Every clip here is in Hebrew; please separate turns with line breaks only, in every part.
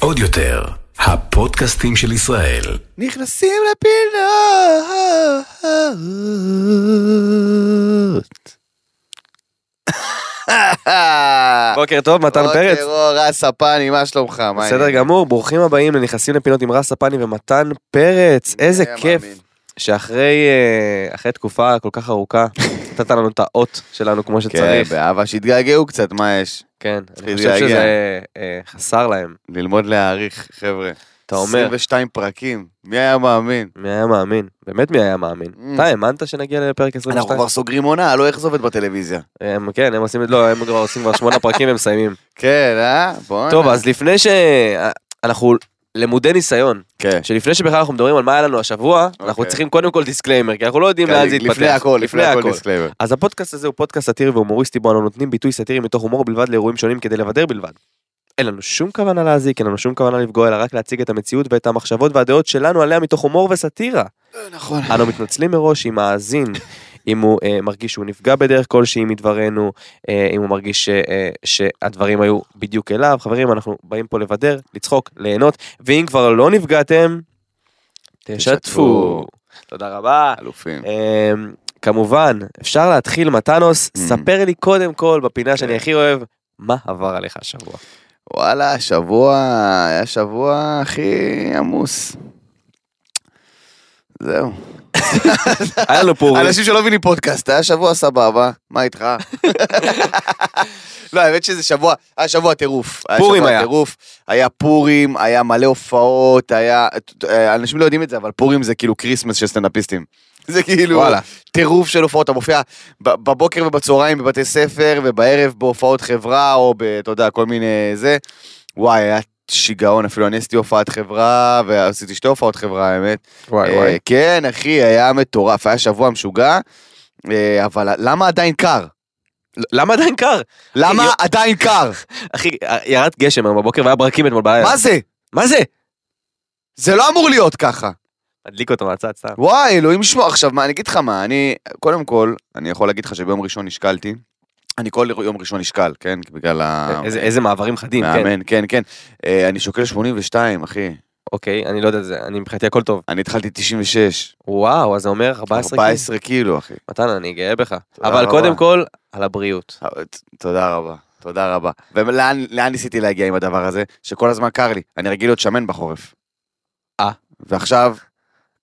עוד יותר, הפודקאסטים של ישראל.
נכנסים לפינות.
בוקר טוב, מתן פרץ.
אה, בוקר אור, רס הפאני, מה שלומך? מה
בסדר
העניינים?
גמור, ברוכים הבאים לנכנסים לפינות עם רס הפני ומתן פרץ. איזה
מי היה
כיף
מאמין?
שאחרי אה, אחרי תקופה כל כך ארוכה, נתת לנו את האות שלנו כמו
כן,
שצריך.
באהבה, שהתגעגעו קצת, מה יש?
כן,
צריך
אני חושב
להתגעגע.
שזה אה, חסר להם,
ללמוד להעריך, חבר'ה.
אתה אומר.
22 פרקים, מי היה מאמין?
מי היה מאמין? באמת מי היה מאמין?
Mm.
אתה האמנת שנגיע לפרק
אנחנו
22?
כבר סוגרים עונה, לא איך זה עובד בטלוויזיה.
הם- כן, הם עושים את... לא, הם כבר עושים כבר שמונה פרקים והם מסיימים.
כן, אה? בואנה.
טוב, אז לפני ש... אה, אנחנו למודי ניסיון,
כן.
שלפני שבכלל אנחנו מדברים על מה היה לנו השבוע, אנחנו
אוקיי. כן,
צריכים קודם כל דיסקליימר, כי אנחנו לא יודעים לאן זה יתפתח.
לפני הכל, לפני הכל דיסקליימר.
אז הפודקאסט הזה הוא פודקאסט סאטירי והומוריסטי, בו אנו נותנים ביטוי סאטירי מתוך הומור בלבד לאירועים שונים כדי לבדר בלבד. אין לנו שום כוונה להזיק, אין לנו שום כוונה לפגוע, אלא רק להציג את המציאות ואת המחשבות והדעות שלנו עליה מתוך הומור וסאטירה.
נכון.
אנו מתנצלים מראש אם האזין, אם הוא אה, מרגיש שהוא נפגע בדרך כלשהי מדברנו, אה, אם הוא מרגיש ש- אה, שהדברים היו בדיוק אליו. חברים, אנחנו באים פה לבדר, לצחוק, ליהנות, ואם כבר לא נפגעתם, תשתפו.
תשתפו.
תודה רבה.
אלופים.
אמ, כמובן, אפשר להתחיל, מתנוס,
Mm.
ספר לי קודם כל, בפינה
כן.
שאני הכי אוהב, מה עבר עליך השבוע.
וואלה, השבוע היה שבוע הכי עמוס. זהו.
היה לנו פורים.
אנשים שלא מבינים פודקאסט, היה שבוע סבבה, מה איתך? לא, האמת שזה שבוע, היה שבוע טירוף.
פורים
שבוע
היה.
טירוף, היה פורים, היה מלא הופעות, היה... אנשים לא יודעים את זה, אבל פורים זה כאילו כריסמס של סטנדאפיסטים. זה כאילו
וואלה.
טירוף של הופעות, אתה מופיע ב- בבוקר ובצהריים בבתי ספר, ובערב בהופעות חברה, או ב... אתה יודע, כל מיני זה. וואי, היה שיגעון, אפילו אני עשיתי הופעת חברה, ועשיתי שתי הופעות חברה, האמת. אה, כן, אחי, היה מטורף, היה שבוע משוגע, אה, אבל למה עדיין קר?
למה עדיין קר?
למה
יו-
עדיין קר?
אחי, ירד גשם היום בבוקר והיה ברקים אתמול בערב.
מה זה?
מה זה?
זה לא אמור להיות ככה.
מדליק אותו מהצד סתם.
וואי, אלוהים ישמור. עכשיו, מה, אני אגיד לך מה, אני, קודם כל, אני יכול להגיד לך שביום ראשון נשקלתי. אני כל יום ראשון נשקל, כן? בגלל ה...
אה, איזה- איזה מעברים חדים, כן.
מאמן, כן, כן. אה, אני שוקל 82, אחי.
אוקיי, אני לא יודע את זה, אני מבחינתי הכל טוב.
אני התחלתי 96.
וואו, אז זה אומר 14 קיל.
14 קילו, אחי.
מתן, אני גאה בך.
תודה
אבל
רבה.
קודם כל, על הבריאות.
ת- תודה רבה, תודה רבה. ולאן לאן ניסיתי להגיע עם הדבר הזה? שכל הזמן קר לי, אני רגיל להיות שמן בחורף.
אה.
ועכשיו,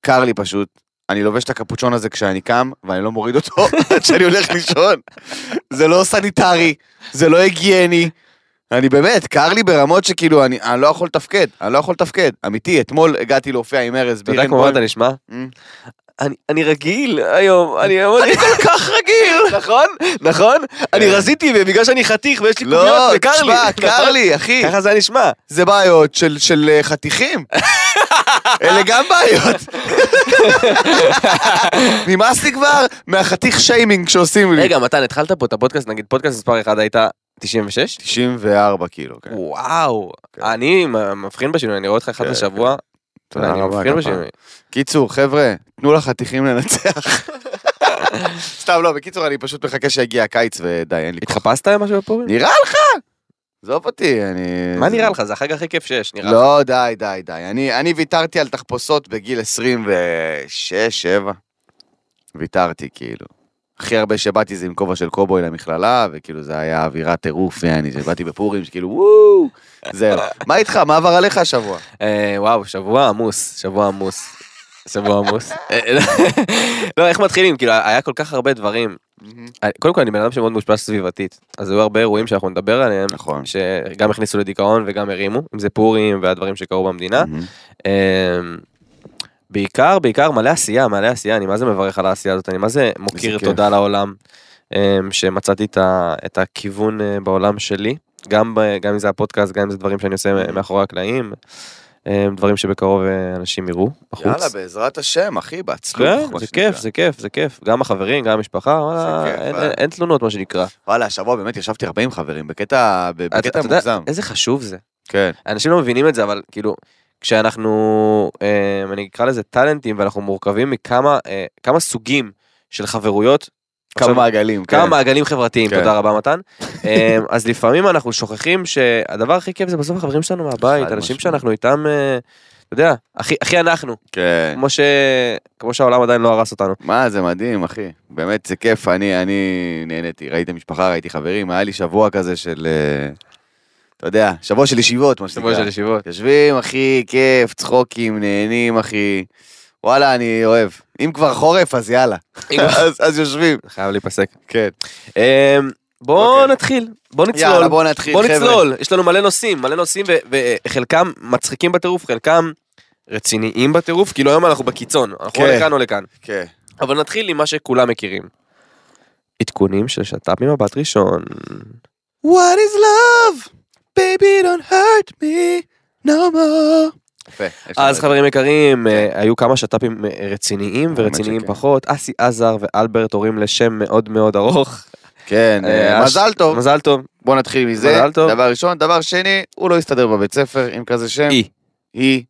קר לי פשוט. אני לובש את הקפוצ'ון הזה כשאני קם, ואני לא מוריד אותו עד שאני הולך לישון. זה לא סניטרי, זה לא היגייני. אני באמת, קר לי ברמות שכאילו, אני, אני לא יכול לתפקד, אני לא יכול לתפקד. אמיתי, אתמול הגעתי להופיע עם ארז
אתה יודע כמו מה
בירנבוים.
אתה נשמע?
אמ.
אני- אני רגיל היום, אני אני כל כך רגיל, נכון? נכון? אני רזיתי ובגלל שאני חתיך ויש לי
לא,
קוביות וקר לי.
תשמע, קר
נכון?
לי, אחי.
ככה זה היה נשמע.
זה בעיות של, של אה, חתיכים. אלה גם בעיות. נמאס לי כבר מהחתיך שיימינג שעושים לי.
רגע, מתן, התחלת פה את הפודקאסט, נגיד פודקאסט מספר 1 היית 96?
94 קילו, כן.
וואו,
כן.
אני מ- מבחין בשינוי, אני רואה אותך אחד
כן,
לשבוע,
תודה
אני
רבה,
מבחין
כפרה.
בשינוי.
קיצור, חבר'ה, תנו לחתיכים לנצח. סתם לא, בקיצור, אני פשוט מחכה שיגיע הקיץ ודי, אין לי כוח.
התחפשת עם משהו בפורים?
נראה לך? עזוב אותי, אני...
מה
זה-
נראה לך? זה החג הכי כיף שיש, נראה לך.
לא, די, די, די. אני, אני ויתרתי על תחפושות בגיל 26, 7. ויתרתי, כאילו. הכי הרבה שבאתי זה עם כובע של קובוי למכללה, וכאילו זה היה אווירת טירוף, יעני, שבאתי בפורים, שכאילו וואו, זהו. מה איתך, מה עבר עליך השבוע?
אה, וואו, שבוע עמוס, שבוע עמוס. שבוע עמוס. אה, לא, לא, איך מתחילים? כאילו, היה כל כך הרבה דברים. אני- קודם כל, אני בן אדם שמאוד מושפע סביבתית, אז היו הרבה אירועים שאנחנו נדבר עליהם,
נכון.
שגם הכניסו לדיכאון וגם הרימו, אם זה פורים והדברים שקרו במדינה.
מהמם.
אמ, בעיקר, בעיקר מלא עשייה, מלא עשייה, אני מה זה מברך על העשייה הזאת, אני מה זה מוקיר
איזה כיף.
תודה לעולם, אמ, שמצאתי את ה- את הכיוון אה, בעולם שלי, גם ב- גם אם זה הפודקאסט, גם אם זה דברים שאני
Mm-hmm.
עושה מאחורי הקלעים, אמ, דברים שבקרוב אה, אנשים יראו
יאללה,
בחוץ.
בעזרת השם, אחי, בעצלוך.
כן,
מה
זה
שנקרא.
כיף, זה כיף, זה כיף, גם החברים, גם המשפחה, וואלה,
כיף,
אין-
אה?
אין- אין תלונות מה שנקרא.
וואלה, השבוע באמת ישבתי הרבה עם חברים, בקטע ב-
אתה-
בקטע
אתה יודע
מוגזם.
איזה חשוב זה.
כן.
אנשים לא מבינים את זה, אבל כאילו, כשאנחנו, אה, אני אקרא לזה טאלנטים, ואנחנו מורכבים מכמה אה, כמה סוגים של חברויות,
כמה
עכשיו,
מעגלים.
כמה
כן.
מעגלים חברתיים,
כן.
תודה רבה מתן. אמ, אז לפעמים אנחנו שוכחים שהדבר הכי כיף זה בסוף החברים שלנו מהבית,
חד
אנשים
משמעית.
שאנחנו איתם, אה, אתה יודע, הכי- הכי אנחנו,
כן.
כמו ש- כמו שהעולם עדיין לא הרס אותנו.
מה, זה מדהים, אחי. באמת, זה כיף, אני, אני נהניתי. ראיתי משפחה, ראיתי חברים, היה לי שבוע כזה של... אה, אתה יודע, שבוע של ישיבות, מה שנקרא.
ישיבות.
יושבים, אחי, כיף, צחוקים, נהנים, אחי. וואלה, אני אוהב. אם כבר חורף, אז יאללה. אז, אז יושבים.
חייב להיפסק.
כן.
אמ, בואו
אוקיי.
נתחיל, בואו נצלול.
יאללה, בוא נתחיל,
בוא
חבר'ה.
נצלול, יש לנו מלא נושאים, מלא נושאים, ו- וחלקם מצחיקים בטירוף, חלקם רציניים בטירוף, כאילו היום אנחנו בקיצון, אנחנו או
כן.
לכאן או לכאן.
כן.
אבל נתחיל עם מה שכולם מכירים. עדכונים של שת"פ ממבט ראשון.
What is love? Baby don't hurt me no more. יפה. יש
אז
לנו-
חברים יקרים, אה, היו כמה שת"פים אה, רציניים ורציניים
שכן.
פחות. אסי עזר ואלברט הורים לשם מאוד מאוד ארוך.
כן, אה,
אה,
מזל טוב.
מזל טוב.
בוא נתחיל מזה.
מזל טוב.
דבר ראשון. דבר שני, הוא לא הסתדר בבית ספר עם כזה שם.
אי.
היא.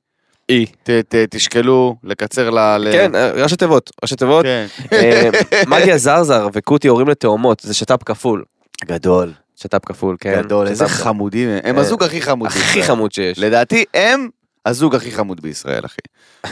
אי.
ת- ת- תשקלו, לקצר ל... ל-
כן, אה, ראשי תיבות, ראשי תיבות.
כן.
אה, מגיה זרזר וקוטי הורים לתאומות, זה שת"פ כפול.
גדול.
שת"פ כפול, כן.
גדול. איזה
שת"פ כפול.
חמודים הם. הם
אה,
הזוג הכי חמודים.
הכי חמוד שיש.
לדעתי הם הזוג הכי חמוד בישראל, אחי.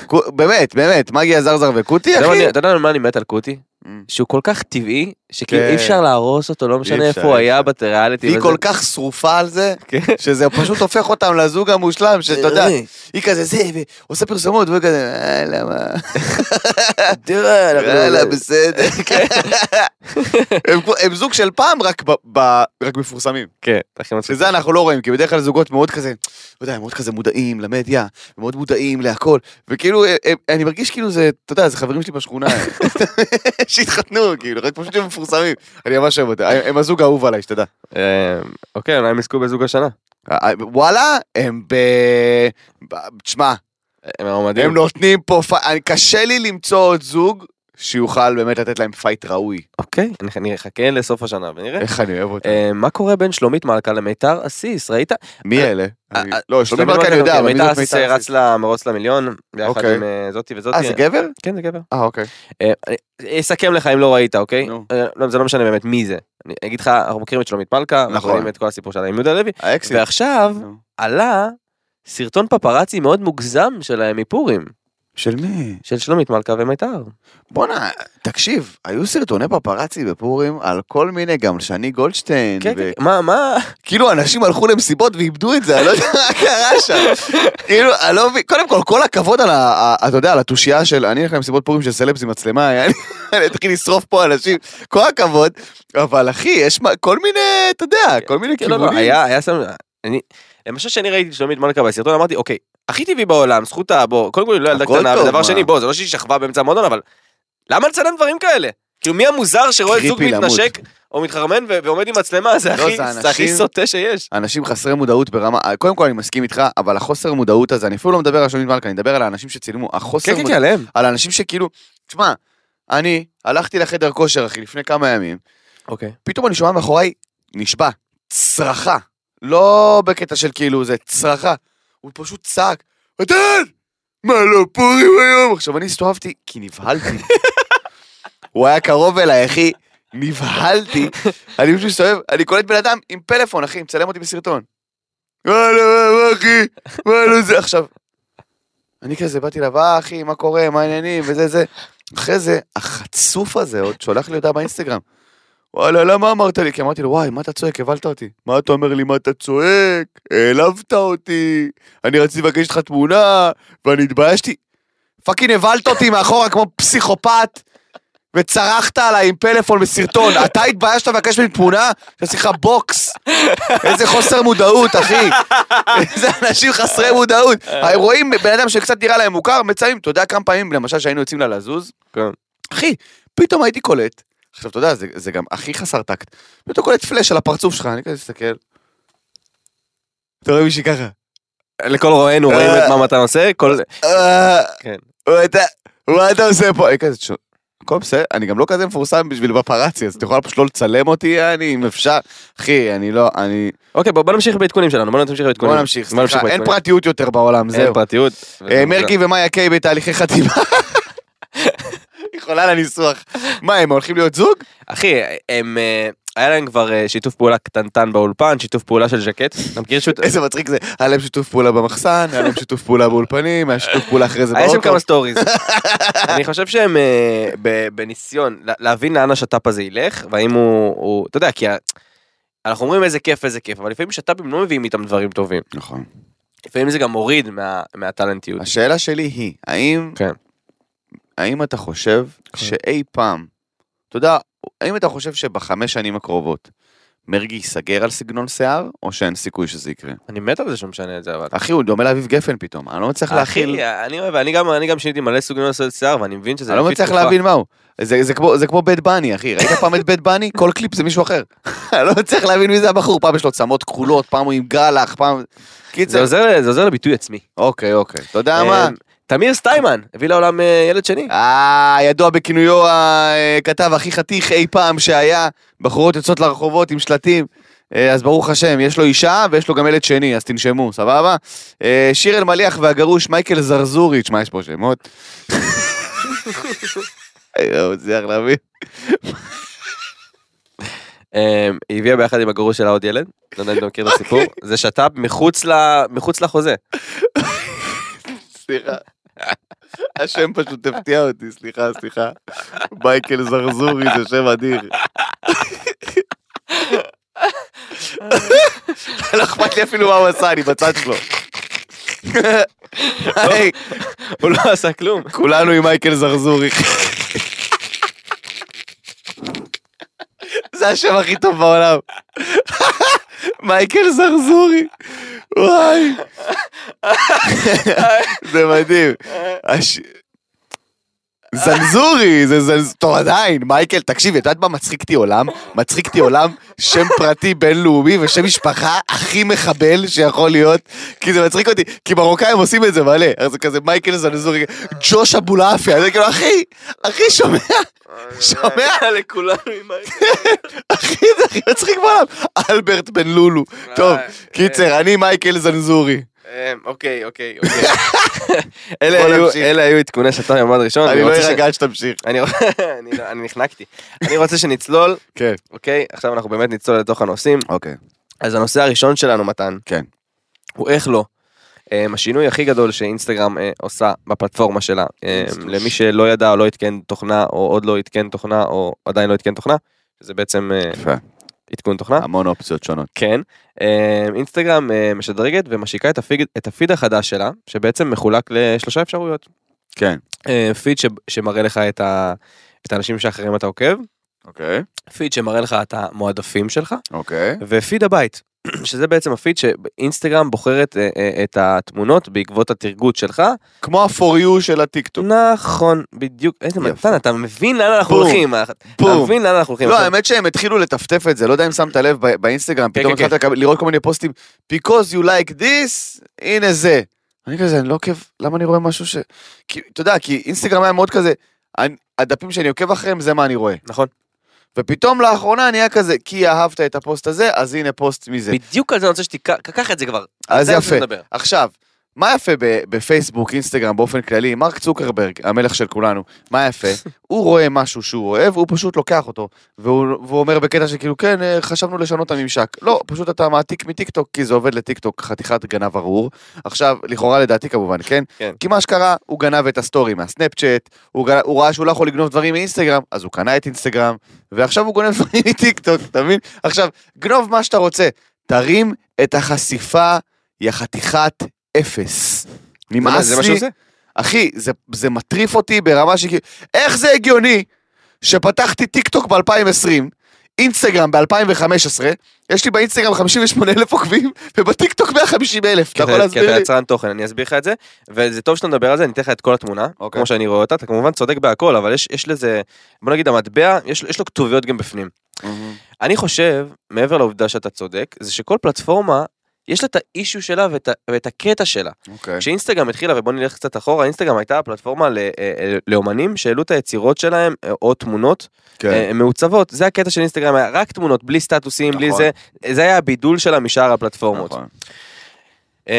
קו- באמת, באמת, מגיה זרזר
אתה
וקוטי,
יודע מה
אחי.
אני- אתה יודע על מה אני מת על קוטי? שהוא כל כך טבעי, שכאילו
כן.
אי אפשר להרוס אותו, לא משנה
אפשר,
איפה הוא
אי
היה
אפשר.
בטריאליטי.
והיא
וזה.
כל כך שרופה על זה,
כן.
שזה פשוט הופך אותם לזוג המושלם, שאתה יודע,
אה,
היא כזה זה, ועושה פרסומות, והוא כזה, אה, למה?
תראה, אנחנו-
יאללה, בסדר.
כן.
הם כמו- הם זוג של פעם, רק ב- ב- רק מפורסמים.
כן, הכי מצחיק.
שזה אנחנו לא רואים, כי בדרך כלל זוגות מאוד כזה, אתה יודע, הם מאוד כזה מודעים למדיה, מאוד מודעים להכל, וכאילו, אה, אה, אני מרגיש כאילו זה, אתה יודע, זה חברים שלי בשכונה, שהתחתנו, כאילו, רק פשוט הם מפורסמים. אני ממש אוהב אותם, הם- הם הזוג האהוב עליי, שתדע.
אה, אוקיי, אולי הם יזכו בזוג השנה.
אה, אה, וואלה, הם ב... ב- תשמע,
הם מועמדים.
הם לא- נותנים פה, פ- אני- קשה לי למצוא עוד זוג שיוכל באמת לתת להם פייט ראוי.
אוקיי, נח- נחכה לסוף השנה ונראה.
איך אני אוהב אותם.
אה, מה קורה בין שלומית מלכה למיתר אסיס? ראית?
מי אלה?
אה,
אני-
אה,
לא, שלומי ברקע אני יודע,
אוקיי,
אבל מי
מיתר
זאת
אסיס
מיתר
אה, רץ
אסיס?
למרוץ למיליון, ביחד
אוקיי.
עם אה, זאתי וזאתי.
אה, זה גבר?
כן, זה גבר.
אה, אוקיי.
אה, אני אסכם לך אם לא ראית, אוקיי?
נו.
אה, לא, זה לא משנה באמת מי זה. אני אגיד לך, אנחנו מכירים את שלומית מלכה, אנחנו
נכון.
רואים את כל הסיפור שלה עם יהודה לוי,
האקסיט.
ועכשיו
נו.
עלה סרטון פפראצי מאוד מוגזם שלהם מפורים,
של מי?
של שלומית מלכה ומיתר.
בואנה, תקשיב, היו סרטוני פפרצי בפורים על כל מיני, גם שני גולדשטיין,
כן,
ו-
כן, מה, מה?
כאילו אנשים הלכו למסיבות ואיבדו את זה, אני לא יודע מה קרה שם. כאילו, אני לא מבין, קודם כל, כל הכבוד על ה... ה- אתה יודע, על התושייה של, אני הולך למסיבות פורים של סלבס עם מצלמה, אני אני אתחיל לשרוף פה אנשים, כל הכבוד, אבל אחי, יש מה- כל מיני, אתה יודע, כל מיני
כן, לא, לא,
כיוונים.
היה, היה שם, אני, למשל שאני ראיתי את שלומית מלכה בסרטון, אמרתי, אוקיי, הכי טבעי בעולם, זכותה, בוא, קודם כל היא לא ילדה
הכל
קטנה,
טוב,
ודבר
מה?
שני, בוא, זה לא שהיא שכבה באמצע המועדון, אבל למה לצלם דברים כאלה? כאילו, מי המוזר שרואה זוג
קריפי למות.
מתנשק, או מתחרמן ו- ועומד עם מצלמה, זה
לא,
הכי-
זה
זה הכי
אנשים-
סוטה שיש.
אנשים חסרי מודעות ברמה, קודם כל אני מסכים איתך, אבל החוסר מודעות הזה, אני אפילו לא מדבר על שלומית מלכה, אני מדבר על האנשים שצילמו, החוסר
כן,
מודעות.
כן, כן, עליהם.
על אנשים שכאילו, תשמע, אני הלכתי לחדר כושר, אחי, לפני כמה ימים,
אוקיי.
פתאום אני שומע מאחוריי, נשבע, צרחה. לא בקטע של כאילו זה, צרחה. הוא פשוט צעק, מתן! מה לא פורים היום? עכשיו, אני הסתובבתי, כי נבהלתי. הוא היה קרוב אליי, אחי, נבהלתי. אני פשוט מסתובב, אני קולט בן אדם עם פלאפון, אחי, מצלם אותי בסרטון. וואלה, וואלה, אחי, וואלה, זה, עכשיו. אני כזה באתי אליו, אה, אחי, מה קורה, מה העניינים, וזה, זה. אחרי זה, החצוף הזה עוד שולח לי הודעה באינסטגרם. וואלה, למה אמרת לי? כי אמרתי לו, וואי, מה אתה צועק? הבלת אותי. מה אתה אומר לי, מה אתה צועק? העלבת אותי. אני רציתי לבקש איתך תמונה, ואני התביישתי. פאקינג הבלת אותי מאחורה כמו פסיכופת, וצרחת עליי עם פלאפון בסרטון. אתה התביישת לבקש ממני תמונה? שעשיתי לך בוקס. איזה חוסר מודעות, אחי. איזה אנשים חסרי מודעות. הם רואים בן אדם שקצת נראה להם מוכר, מציינים, אתה יודע כמה פעמים, למשל, שהיינו יוצאים לה לזוז?
כן.
אחי, פתאום הייתי קולט. עכשיו, אתה יודע, זה, זה גם הכי חסר טקט. פתאום קולט פלאש על הפרצוף שלך, אני כזה מסתכל. אתה רואה מישהי ככה.
לכל רואינו רואים את מה מתן עושה, כל...
אה,
כן.
אתה- מה אתה עושה פה? אני כזה, "תשמע, הכל בסדר, אני גם לא כזה מפורסם בשביל בפרצי, אז אתה יכול פשוט לא לצלם אותי, אני, אם אפשר. אחי, אני לא, אני...
אוקיי, בוא בוא נמשיך בעדכונים שלנו, בוא נמשיך בעדכונים.
בוא נמשיך, סליחה, אין
בעדכונים.
פרטיות יותר בעולם,
אין אה,
זהו.
פרטיות.
אה, מרגי ומאיה קיי בתהליכי חתימה. חולה על הניסוח. מה, הם הולכים להיות זוג?
אחי, הם... אה, היה להם כבר אה, שיתוף פעולה קטנטן באולפן, שיתוף פעולה של ז'קט. אתה מכיר שהוא...
איזה מצחיק זה. היה להם שיתוף פעולה במחסן, היה להם שיתוף פעולה באולפנים, היה שיתוף פעולה אחרי זה
היה אה, שם
באוטו.
כמה סטוריז. אני חושב שהם אה, ב- בניסיון לה- להבין לאן השת"פ הזה ילך, והאם הוא... הוא- אתה יודע, כי ה- אנחנו אומרים איזה כיף, איזה כיף, אבל לפעמים שת"פים לא מביאים איתם דברים טובים.
נכון.
לפעמים זה גם מוריד מה- מהטלנטיות.
השאלה שלי היא, האם...
כן.
האם אתה חושב שאי פעם, אתה יודע, האם אתה חושב שבחמש שנים הקרובות מרגי ייסגר על סגנון שיער, או שאין סיכוי שזה יקרה?
אני מת על זה שהוא משנה את זה, אבל...
אחי, הוא דומה לאביב גפן פתאום, אני לא מצליח להכיל...
אחי, אני אוהב, אני גם, אני גם שיניתי מלא סוגים של שיער, ואני מבין שזה...
אני לא
לפי
מצליח
תקופה.
להבין מהו. זה, זה, כמו, זה כמו בית בני, אחי. ראית פעם את בית בני? כל קליפ זה מישהו אחר. אני לא מצליח להבין מי זה הבחור. פעם יש לו צמות כחולות, פעם הוא עם גלח, פעם...
זה
קיצר.
עוזר, זה עוזר לביטוי עצמי.
אוקיי, אוקיי. אתה יודע מה?
אה, תמיר סטיימן הביא לעולם אה, ילד שני.
אה, ידוע בכינויו הכתב הכי חתיך אי פעם שהיה. בחורות יוצאות לרחובות עם שלטים. אה, אז ברוך השם, יש לו אישה ויש לו גם ילד שני, אז תנשמו, סבבה? אה, שיר אלמליח והגרוש מייקל זרזורי, תשמע, יש פה שמות. אני לא מצליח להבין.
אה, היא הביאה ביחד עם הגרוש שלה עוד ילד, לא יודע אם אתה מכיר את הסיפור. זה שת"פ מחוץ ל- מחוץ לחוזה.
סליחה. השם פשוט הפתיע אותי, סליחה, סליחה. מייקל זרזורי זה שם אדיר. לא אכפת לי אפילו מה הוא עשה, אני בצד שלו. היי,
הוא לא עשה כלום.
כולנו עם מייקל זרזורי. זה השם הכי טוב בעולם. מייקל זרזורי. וואי. זה מדהים. הש... זנזורי, זה זנז... טוב, עדיין, מייקל, תקשיב, את יודעת מה מצחיקתי עולם? מצחיקתי עולם, שם פרטי בינלאומי ושם משפחה הכי מחבל שיכול להיות, כי זה מצחיק אותי, כי מרוקאים עושים את זה מלא, אז זה כזה מייקל זנזורי, ג'וש אבולעפיה, זה כאילו, אחי, אחי, שומע? שומע?
לכולנו עם ה...
אחי, זה הכי מצחיק בעולם, אלברט בן לולו. טוב,
אה,
קיצר, אני מייקל זנזורי.
אה, אוקיי, אוקיי, אוקיי. אלה
בוא
היו-
נמשיך.
אלה היו עדכוני שת"פ במעמד ראשון.
אני לא
רוצה ש-
ארגע עד שתמשיך.
אני אני לא- אני נחנקתי. אני רוצה שנצלול,
כן.
אוקיי? עכשיו אנחנו באמת נצלול לתוך הנושאים.
אוקיי.
אז הנושא הראשון שלנו, מתן,
כן.
הוא איך לא. אמ, השינוי הכי גדול שאינסטגרם אה, עושה בפלטפורמה שלה, אמ,
אינסטוש.
למי שלא ידע או לא עדכן תוכנה, או עוד לא עדכן תוכנה, או עדיין לא עדכן תוכנה, שזה בעצם אה,
יפה.
עדכון תוכנה.
המון אופציות שונות.
כן. אמ, אינסטגרם אה, משדרגת ומשיקה את הפיד- את הפיד החדש שלה, שבעצם מחולק לשלושה אפשרויות.
כן.
אה, פיד ש- שמראה לך את ה- את האנשים שאחרים אתה עוקב,
אוקיי.
פיד שמראה לך את המועדפים שלך,
אוקיי.
ופיד הבית, שזה בעצם הפיד שאינסטגרם בוחרת אה, אה, את התמונות בעקבות התרגות שלך.
כמו ה-for you של הטיקטוק.
נכון, בדיוק, איזה
יפה.
מתן, אתה מבין לאן אנחנו
בום.
הולכים, אה, אתה
בום.
מבין לאן אנחנו הולכים. נכון?
לא,
עכשיו-
האמת שהם התחילו לטפטף את זה, לא יודע אם שמת לב ב- באינסטגרם,
כן,
פתאום
כן,
התחלת לקבל- לראות כל מיני פוסטים, because you like this, הנה זה. אני כזה, אני לא עוקב, למה אני רואה משהו ש... כי, אתה יודע, כי אינסטגרם היה מאוד כזה, אני- הדפים שאני עוקב אחריהם זה מה אני רואה.
נכון,
ופתאום לאחרונה נהיה כזה, כי אהבת את הפוסט הזה, אז הנה פוסט מזה.
בדיוק על זה אני רוצה שתיקח, קח את זה כבר.
אז
זה אני רוצה
יפה.
לדבר.
עכשיו, מה יפה ב- בפייסבוק, אינסטגרם, באופן כללי, מרק צוקרברג, המלך של כולנו, מה יפה? הוא רואה משהו שהוא אוהב, הוא פשוט לוקח אותו, והוא, והוא אומר בקטע שכאילו, כן, אה, חשבנו לשנות את הממשק. לא, פשוט אתה מעתיק מטיקטוק, כי זה עובד לטיקטוק, חתיכת גנב ארור. עכשיו, לכאורה לדעתי כמובן, כן?
כן.
כי מה שקרה, הוא גנב את הסטורי מהסנאפצ'אט, הוא, גנ... הוא ראה שהוא לא יכול לגנוב דברים מאינסטגרם, אז הוא קנה את אינסטגרם, ועכשיו הוא גונב דברים מטיקטוק, אתה מבין? עכשיו, גנוב מה שאתה רוצה, תרים את החשיפה, יא חתיכת אפס. נמאס
זה
לי.
מה שהוא עושה.
אחי, זה, זה מטריף אותי ברמה שכאילו, איך זה הגיוני שפתחתי טיק טוק ב-2020, אינסטגרם ב-2015, יש לי באינסטגרם 58 אלף עוקבים, ובטיק טוק 150 אלף, אתה יכול
כי אתה- כי
להסביר
אתה
לי?
יצרן תוכן, אני אסביר לך את זה, וזה טוב שאתה מדבר על זה, אני אתן לך את כל התמונה,
אוקיי.
כמו שאני רואה אותה, אתה כמובן צודק בהכל, אבל יש- יש לזה, בוא נגיד המטבע, יש יש לו כתוביות גם בפנים.
אוקיי.
אני חושב, מעבר לעובדה שאתה צודק, זה שכל פלטפורמה, יש לה את האישיו שלה ואת ה- ואת הקטע שלה.
אוקיי.
כשאינסטגרם התחילה, ובוא נלך קצת אחורה, אינסטגרם הייתה הפלטפורמה ל- אה, אה, לאומנים שהעלו את היצירות שלהם, אה, או תמונות
כן.
אה, מעוצבות. זה הקטע של אינסטגרם, היה רק תמונות, בלי סטטוסים, בלי
נכון.
זה. זה היה הבידול שלה משאר הפלטפורמות.
נכון.
אמ,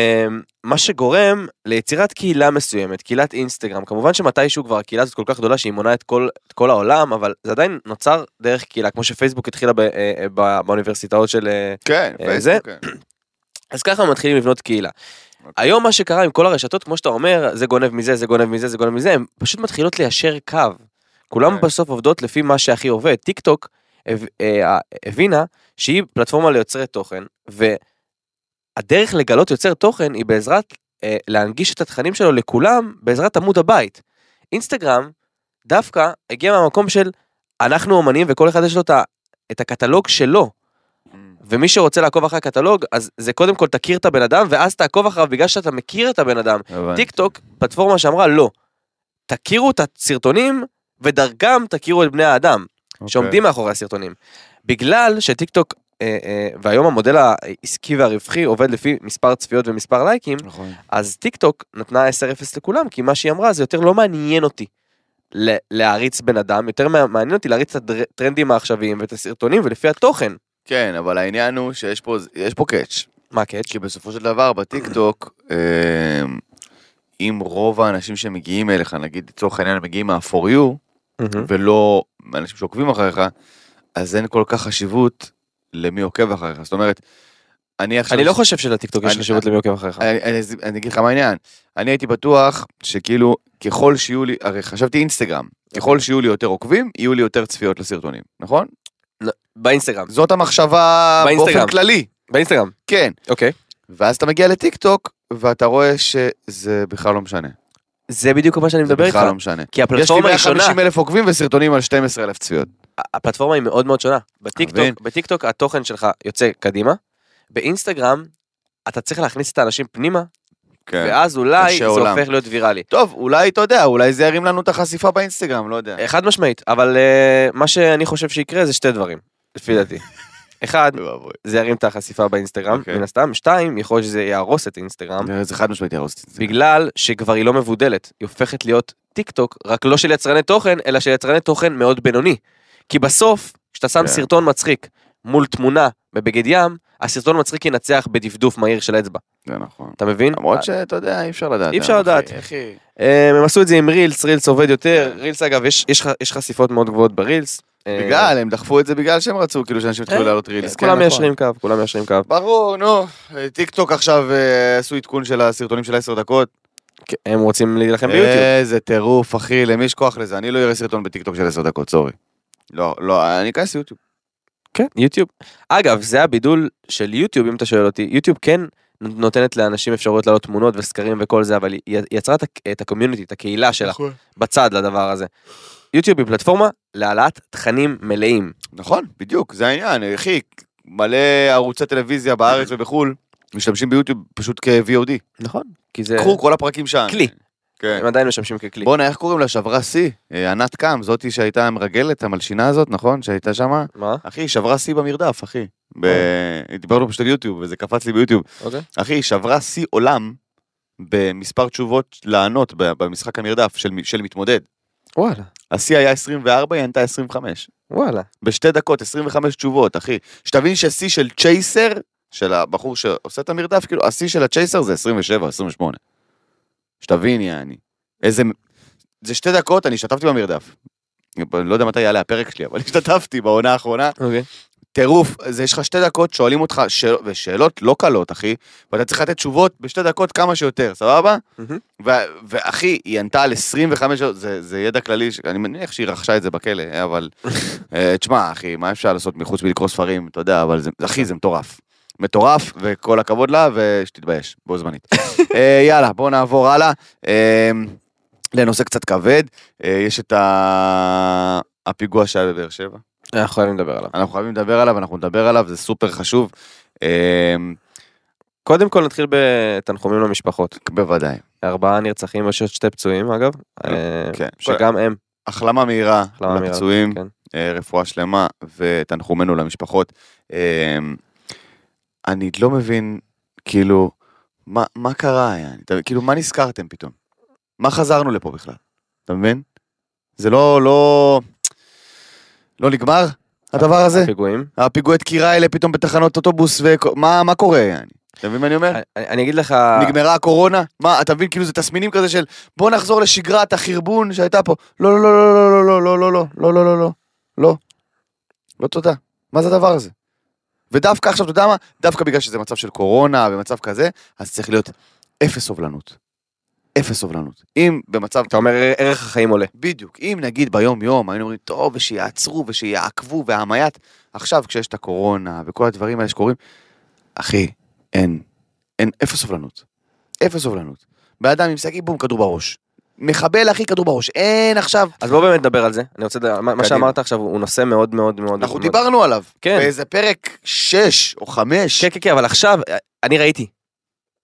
מה שגורם ליצירת קהילה מסוימת, קהילת אינסטגרם. כמובן שמתישהו כבר הקהילה הזאת כל כך גדולה שהיא מונה את כל, את כל העולם, אבל זה עדיין נוצר דרך קהילה, כמו שפייסבוק התחילה ב, אה, אה, ב, באוניברסיטאות של... אה,
כן,
אה,
פייסבוק,
זה-
כן.
אז ככה מתחילים לבנות קהילה.
אוקיי.
היום מה שקרה עם כל הרשתות, כמו שאתה אומר, זה גונב מזה, זה גונב מזה, זה גונב מזה, הן פשוט מתחילות ליישר קו. כולם
אוקיי.
בסוף עובדות לפי מה שהכי עובד. טיק טוק הב- אה, הבינה שהיא פלטפורמה ליוצרי תוכן, והדרך לגלות יוצר תוכן היא בעזרת אה, להנגיש את התכנים שלו לכולם בעזרת עמוד הבית. אינסטגרם דווקא הגיע מהמקום של אנחנו אומנים וכל אחד יש לו את ה- את הקטלוג שלו. ומי שרוצה לעקוב אחרי הקטלוג, אז זה קודם כל תכיר את הבן אדם, ואז תעקוב אחריו בגלל שאתה מכיר את הבן אדם.
הבנתי.
טיק טוק, פלטפורמה שאמרה לא. תכירו את הסרטונים, ודרכם תכירו את בני האדם,
אוקיי.
שעומדים מאחורי הסרטונים. בגלל שטיק טוק, אה, אה, והיום המודל העסקי והרווחי עובד לפי מספר צפיות ומספר לייקים,
נכון.
אז טיק טוק נתנה 10-0 לכולם, כי מה שהיא אמרה זה יותר לא מעניין אותי ל- להריץ בן אדם, יותר מע- מעניין אותי להריץ את הטרנדים העכשוויים ואת הסרטונים ולפי התוכן.
כן, אבל העניין הוא שיש פה, יש פה קאץ'.
מה הקאץ'?
כי בסופו של דבר בטיקטוק, אה, אם רוב האנשים שמגיעים אליך, נגיד לצורך העניין מגיעים מה-for you, ולא אנשים שעוקבים אחריך, אז אין כל כך חשיבות למי עוקב אחריך. זאת אומרת, אני עכשיו...
אני אה, לא חושב שלטיקטוק יש
אני-
חשיבות למי עוקב אחריך.
אני, אני, אז- אני אגיד לך מה העניין. אני הייתי בטוח שכאילו, ככל שיהיו לי, הרי חשבתי אינסטגרם, ככל
אוקיי.
שיהיו לי יותר עוקבים, יהיו לי יותר צפיות לסרטונים, נכון?
באינסטגרם.
זאת המחשבה
באינסטגרם.
באופן כללי.
באינסטגרם,
כן.
אוקיי.
ואז אתה מגיע לטיקטוק, ואתה רואה שזה בכלל לא משנה.
זה בדיוק מה שאני
זה
מדבר איתך.
בכלל לא משנה.
כי
יש לי
הפלטפורמה היא שונה.
150 אלף עוקבים וסרטונים על 12 אלף צפיות.
הפלטפורמה היא מאוד מאוד שונה.
מבין.
בטיקטוק, בטיקטוק התוכן שלך יוצא קדימה. באינסטגרם אתה צריך להכניס את האנשים פנימה, ואז אולי
אנשי
זה
עולם.
הופך להיות ויראלי.
טוב, אולי, אתה יודע, אולי זה ירים לנו את החשיפה באינסטגרם, לא יודע.
אה, חד משמעית, אבל אה, מה שאני חושב שיקרה זה שתי דברים, לפי דעתי. אחד,
אוי ואבוי.
זה ירים את החשיפה באינסטגרם,
אוקיי.
מן הסתם. שתיים, יכול להיות שזה יהרוס את אינסטגרם.
אה, זה חד משמעית יהרוס את אינסטגרם.
בגלל שכבר היא לא מבודלת, היא הופכת להיות טיק טוק, רק לא של יצרני תוכן, אלא של יצרני תוכן מאוד בינוני. כי בסוף, כשאתה שם
כן.
סרטון מצחיק מול תמונה בבגד ים, הסרטון מצחיק ינצח בדפדוף מהיר של אצבע,
זה נכון.
אתה מבין?
למרות שאתה יודע, אי אפשר לדעת.
אי אפשר לדעת.
אחי.
אה, הם עשו את זה עם רילס, רילס עובד יותר, רילס אגב, יש- יש ח- יש חשיפות מאוד גבוהות ברילס. אה,
בגלל, הם דחפו את זה בגלל שהם רצו, כאילו שאנשים יתחילו
אה,
לעלות רילס. כן,
כולם
נכון.
מיישרים קו, כולם מיישרים קו.
ברור, נו. טיק טוק עכשיו אה, עשו עדכון של הסרטונים של 10 דקות.
כן, הם רוצים להילחם
אה,
ביוטיוב.
איזה טירוף, אחי, למי יש כוח לזה? אני לא אראה סרטון בטיקטוק של 10 דקות, סורי. לא, לא, אני אכנס ליוטיוב.
כן, יוטיוב. אגב, זה הבידול של יוטיוב, אם אתה שואל אותי. יוטיוב כן נותנת לאנשים אפשרויות להעלות תמונות וסקרים וכל זה, אבל היא יצרה את ה- את הקומיוניטי, את הקהילה שלה, בצד לדבר הזה. יוטיוב היא פלטפורמה להעלאת תכנים מלאים.
נכון, בדיוק, זה העניין, אחי, מלא ערוצי טלוויזיה בארץ ובחול, משתמשים ביוטיוב פשוט כ-VOD.
נכון. כי זה...
קחו כל הפרקים שם.
כלי.
כן.
הם עדיין משמשים ככלי.
בואנה, איך קוראים לה? שברה שיא. אה, ענת קם, זאתי שהייתה המרגלת, המלשינה הזאת, נכון? שהייתה שמה?
מה?
אחי, שברה שיא במרדף, אחי. ב... דיברנו פשוט על יוטיוב, וזה קפץ לי ביוטיוב.
אוקיי.
אחי, שברה שיא עולם במספר תשובות לענות ב- במשחק המרדף של, מ- של מתמודד.
וואלה.
השיא היה 24, היא ענתה 25.
וואלה.
בשתי דקות, 25 תשובות, אחי. שתבין שהשיא של צ'ייסר, של הבחור שעושה את המרדף, כאילו, השיא של הצ'ייסר זה 27, 28. שתבין, יעני. איזה... זה שתי דקות, אני השתתפתי במרדף. אני לא יודע מתי יעלה הפרק שלי, אבל השתתפתי בעונה האחרונה.
אוקיי.
טירוף, זה יש לך שתי דקות, שואלים אותך שאל... ושאלות לא קלות, אחי, ואתה צריך לתת תשובות בשתי דקות כמה שיותר, סבבה?
מהמם.
ו- ואחי, היא ענתה על 25 שעות, זה, זה ידע כללי, ש- אני מניח שהיא רכשה את זה בכלא, אה, אבל... אה, תשמע, אחי, מה אפשר לעשות מחוץ מלקרוא ספרים, אתה יודע, אבל זה, אחי, זה מטורף. מטורף, וכל הכבוד לה, ושתתבייש, בו זמנית. אה, יאללה, בואו נעבור הלאה. אה, לנושא קצת כבד, אה, יש את ה... הפיגוע שהיה בבאר שבע.
אנחנו חייבים לדבר עליו.
אנחנו חייבים לדבר עליו, אנחנו נדבר עליו, זה סופר חשוב. אה,
קודם כל נתחיל בתנחומים למשפחות.
בוודאי.
ארבעה נרצחים, יש עוד שתי פצועים אגב. אה,
כן.
שגם הם.
החלמה מהירה
החלמה מהירה,
לפצועים,
כן.
אה, רפואה שלמה, ותנחומינו למשפחות. אה, אני לא מבין, כאילו, מה, מה קרה, יעני? אתה- כאילו, מה נזכרתם פתאום? מה חזרנו לפה בכלל? אתה מבין? זה לא, לא, לא נגמר, הדבר הזה?
הפיגועים.
הפיגועי דקירה האלה פתאום בתחנות אוטובוס, ומה מה קורה, יעני? אתה מבין מה אני אומר?
אני- אני אגיד לך...
נגמרה הקורונה? מה, אתה מבין, כאילו זה תסמינים כזה של בוא נחזור לשגרת החרבון שהייתה פה. לא, לא, לא, לא, לא, לא, לא, לא, לא, לא, לא, לא, לא, לא. לא תודה. מה זה הדבר הזה? ודווקא עכשיו, אתה יודע מה? דווקא בגלל שזה מצב של קורונה ומצב כזה, אז צריך להיות אפס סובלנות. אפס סובלנות. אם במצב
אתה אומר ערך החיים עולה.
בדיוק. אם נגיד ביום-יום היינו אומרים, טוב, ושיעצרו ושיעקבו והמית, עכשיו כשיש את הקורונה וכל הדברים האלה שקורים, אחי, אין, אין, אפס סובלנות. אפס סובלנות. בן אדם עם שקי, בום, כדור בראש. מחבל, אחי, כדור בראש. אין עכשיו...
אז לא, בוא באמת נדבר על זה. אני רוצה... לדבר- מה מה
קדימה.
שאמרת עכשיו הוא נושא מאוד מאוד מאוד...
אנחנו
מאוד-
דיברנו עליו.
כן.
באיזה פרק 6 או 5.
כן, כן, כן, אבל עכשיו, אני ראיתי.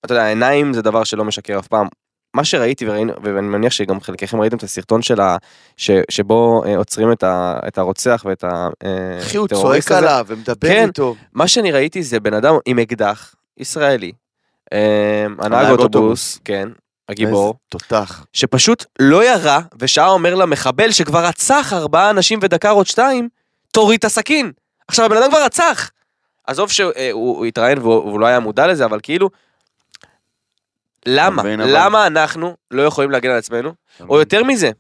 אתה יודע, העיניים זה דבר שלא משקר אף פעם. מה שראיתי, וראינו, ואני מניח שגם חלקכם ראיתם את הסרטון של ה... ש, שבו אה, עוצרים את, ה, את הרוצח ואת אה, הטרוריסט
אחי, הוא צועק עליו ומדבר
כן.
איתו.
מה שאני ראיתי זה בן אדם עם אקדח, ישראלי, אה, הנהג אוטובוס, כן, הגיבור,
איזה תותח.
שפשוט לא ירה, ושעה אומר למחבל שכבר רצח ארבעה אנשים ודקר עוד שתיים, תוריד את הסכין. עכשיו, הבן אדם כבר רצח. עזוב שהוא אה, הוא- הוא התראיין והוא והוא לא היה מודע לזה, אבל כאילו... למה?
אתה מבין, אבל-
למה אנחנו לא יכולים להגן על עצמנו? או יותר מזה,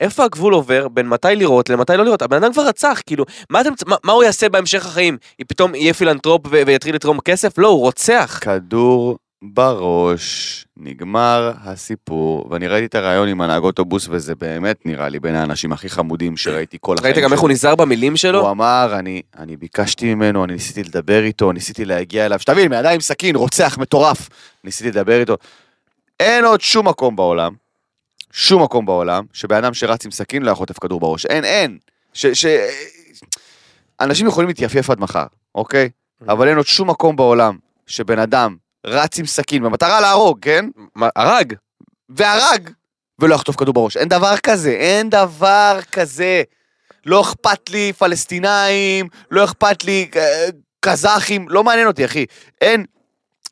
איפה הגבול עובר בין מתי לראות למתי לא לראות? הבן אדם כבר רצח, כאילו, מה, אתם, מה, מה הוא יעשה בהמשך החיים? היא פתאום יהיה פילנטרופ ו- ויתחיל לתרום כסף? לא, הוא רוצח.
כדור בראש, נגמר הסיפור, ואני ראיתי את הריאיון עם הנהג אוטובוס, וזה באמת נראה לי בין האנשים הכי חמודים שראיתי כל החיים
ראית גם איך הוא נזהר במילים
הוא
שלו?
אמר, אני, אני ביקשתי ממנו, אני ניסיתי לדבר איתו, ניסיתי להגיע אליו, שתבין, מידיים סכין, רוצח מטורף, ניסיתי לדבר איתו. אין עוד שום מקום בעולם, שום מקום בעולם, שבן אדם שרץ עם סכין לא יכול לחטוף כדור בראש. אין, אין. ש, ש... אנשים יכולים להתייפייף עד מחר, אוקיי? אבל אין עוד שום מקום בעולם שבן אדם רץ עם סכין במטרה להרוג, כן?
מה, הרג.
והרג, ולא יחטוף כדור בראש. אין דבר כזה, אין דבר כזה. לא אכפת לי פלסטינאים, לא אכפת לי אה, קזחים, לא מעניין אותי, אחי. אין,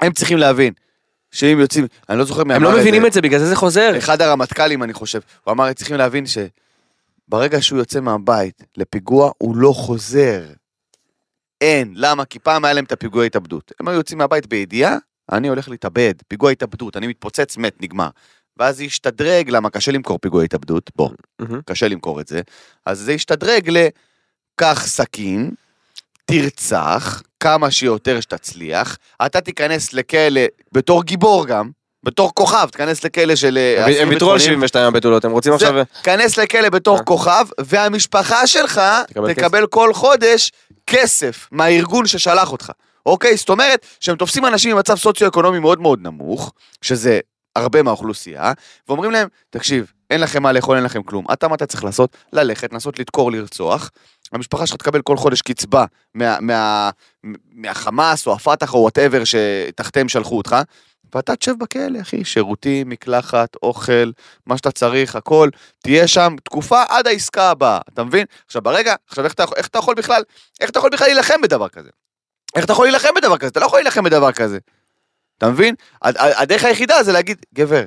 הם צריכים להבין שאם יוצאים, אני לא זוכר מי
הם
אמר
לא מבינים את זה, בגלל זה זה חוזר.
אחד הרמטכ"לים, אני חושב, הוא אמר, צריכים להבין שברגע שהוא יוצא מהבית לפיגוע, הוא לא חוזר. אין. למה? כי פעם היה להם את הפיגועי התאבדות. הם היו יוצאים מהבית בידיעה, אני הולך להתאבד, פיגוע התאבדות, אני מתפוצץ, מת, נגמר. ואז זה השתדרג, למה קשה למכור פיגועי התאבדות, בוא,
מהמם.
קשה למכור את זה. אז זה השתדרג לקח סכין, תרצח כמה שיותר שתצליח, אתה תיכנס לכלא בתור גיבור גם, בתור כוכב, תיכנס לכלא של... אה,
הם
אסירים
ויתרו על
ביטחוניים.
72 הבתולות, הם רוצים
זה-
עכשיו...
כנס לכלא בתור
אה.
כוכב, והמשפחה שלך
תקבל
תקבל כל חודש כסף מהארגון ששלח אותך. אוקיי? זאת אומרת שהם תופסים אנשים במצב סוציו-אקונומי מאוד מאוד נמוך, שזה הרבה מהאוכלוסייה, ואומרים להם, תקשיב, אין לכם מה לאכול, אין לכם כלום. אתה, מה אתה צריך לעשות? ללכת, לנסות לדקור, לרצוח. המשפחה שלך תקבל כל חודש קצבה מה, מה, מהחמאס או הפתח או וואטאבר שתחתיהם שלחו אותך, ואתה תשב בכלא, אחי, שירותים, מקלחת, אוכל, מה שאתה צריך, הכל, תהיה שם תקופה עד העסקה הבאה, אתה מבין? עכשיו ברגע, עכשיו איך אתה, איך אתה יכול בכלל, איך אתה יכול בכלל להילחם בדבר כזה? איך אתה יכול להילחם בדבר כזה? אתה לא יכול להילחם בדבר כזה. אתה מבין? הד- הד- הדרך היחידה זה להגיד, גבר,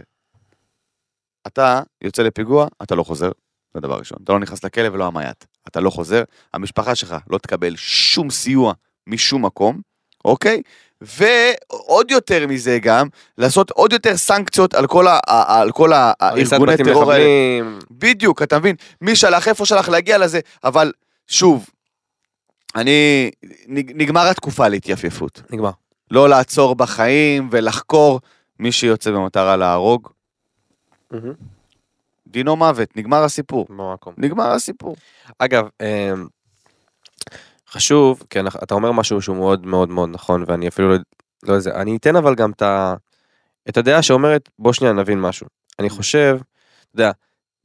אתה יוצא לפיגוע, אתה לא חוזר, זה דבר ראשון. אתה לא נכנס לכלא ולא המייט. אתה לא חוזר, המשפחה שלך לא תקבל שום סיוע משום מקום, אוקיי? ועוד יותר מזה גם, לעשות עוד יותר סנקציות על כל, ה- ה- על כל ה-
הריסת
הארגוני
בתים
אה, טרור האלה.
מחבלים.
בדיוק, אתה מבין? מי שלח, איפה שלח להגיע לזה, אבל שוב, אני... נג- נגמר התקופה להתייפייפות.
נגמר.
לא לעצור בחיים ולחקור מי שיוצא במטרה להרוג.
מהמם.
דינו מוות, נגמר הסיפור.
במקום.
נגמר הסיפור.
אגב, אמ, חשוב, כי אנחנו- אתה אומר משהו שהוא מאוד מאוד מאוד נכון, ואני אפילו לא... לא זה. אני אתן אבל גם את ה... את הדעה שאומרת, בוא שנייה נבין משהו. אני חושב, אתה יודע,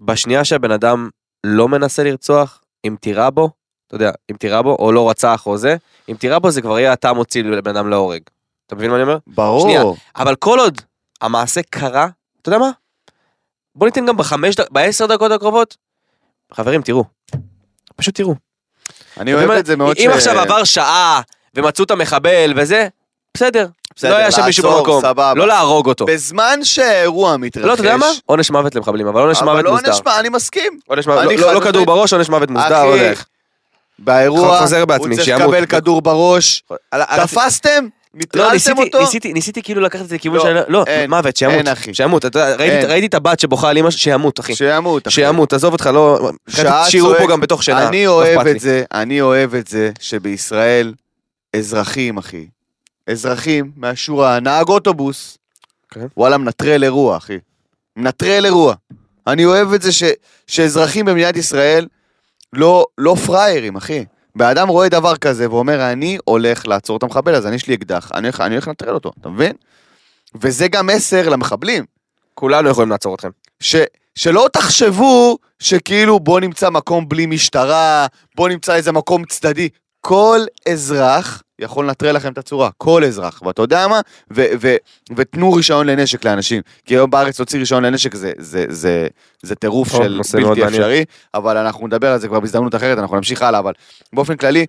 בשנייה שהבן אדם לא מנסה לרצוח, אם תירה בו, אתה יודע, אם תירה בו, או לא רצח או זה, אם תירה בו זה כבר יהיה אתה מוציא לבן אדם להורג. אתה מבין מה אני אומר? שנייה.
ברור.
אבל כל עוד המעשה קרה, אתה יודע מה? בוא ניתן גם בחמש, דק- בעשר דקות הקרובות. חברים, תראו. פשוט תראו.
אני אוהב את זה מאוד
אם עכשיו עבר שעה ומצאו את המחבל וזה, בסדר.
בסדר,
לא היה שם מישהו
לעצור,
במקום.
סבבה.
לא להרוג אותו.
בזמן שהאירוע מתרחש...
לא, אתה יודע מה? עונש מוות למחבלים, אבל עונש
אבל
מוות
לא
מוסדר.
עונש מה, אני מסכים.
עונש מוות,
אני
לא- לא- לא
חד-
כדור בראש, עונש מוות מוסדר,
אחי,
לא יודע איך.
באירוע,
חוזר
הוא
בעצמי,
צריך
שימות.
לקבל כדור בראש.
על ה- על ה-
תפסתם?
לא,
נטרלתם
ניסיתי,
אותו?
ניסיתי, ניסיתי כאילו לקחת את זה לכיוון
לא,
של... לא,
אין,
מוות, שימות.
אין, אחי.
שימות, אתה יודע, ראיתי-
אין.
ראיתי את הבת שבוכה על אמא, ש- שימות, אחי.
שימות. אחי.
שימות, עזוב אותך, לא...
שעה
שירו
צועק.
פה גם בתוך שינה.
אני
לא
אוהב
אכפת לי.
את זה, אני אוהב את זה שבישראל אזרחים, אחי. אזרחים מהשורה, נהג אוטובוס,
כן.
וואלה, מנטרל אירוע, אחי. מנטרל אירוע. אני אוהב את זה ש, שאזרחים במדינת ישראל לא, לא פראיירים, אחי. ואדם רואה דבר כזה ואומר, אני הולך לעצור את המחבל הזה, אני יש לי אקדח, אני הולך- אני הולך לנטרל אותו, אתה מבין? וזה גם מסר למחבלים.
כולנו יכולים לעצור אתכם.
ש, שלא תחשבו שכאילו בוא נמצא מקום בלי משטרה, בוא נמצא איזה מקום צדדי. כל אזרח יכול לנטרל לכם את הצורה, כל אזרח. ואתה יודע מה? ו, ו, ותנו רישיון לנשק לאנשים. כי היום בארץ להוציא רישיון לנשק זה, זה, זה, זה טירוף
טוב,
של
נושא נכון, מאוד
בלתי
מעניין.
אפשרי, אבל אנחנו נדבר על זה כבר בהזדמנות אחרת, אנחנו נמשיך הלאה, אבל באופן כללי,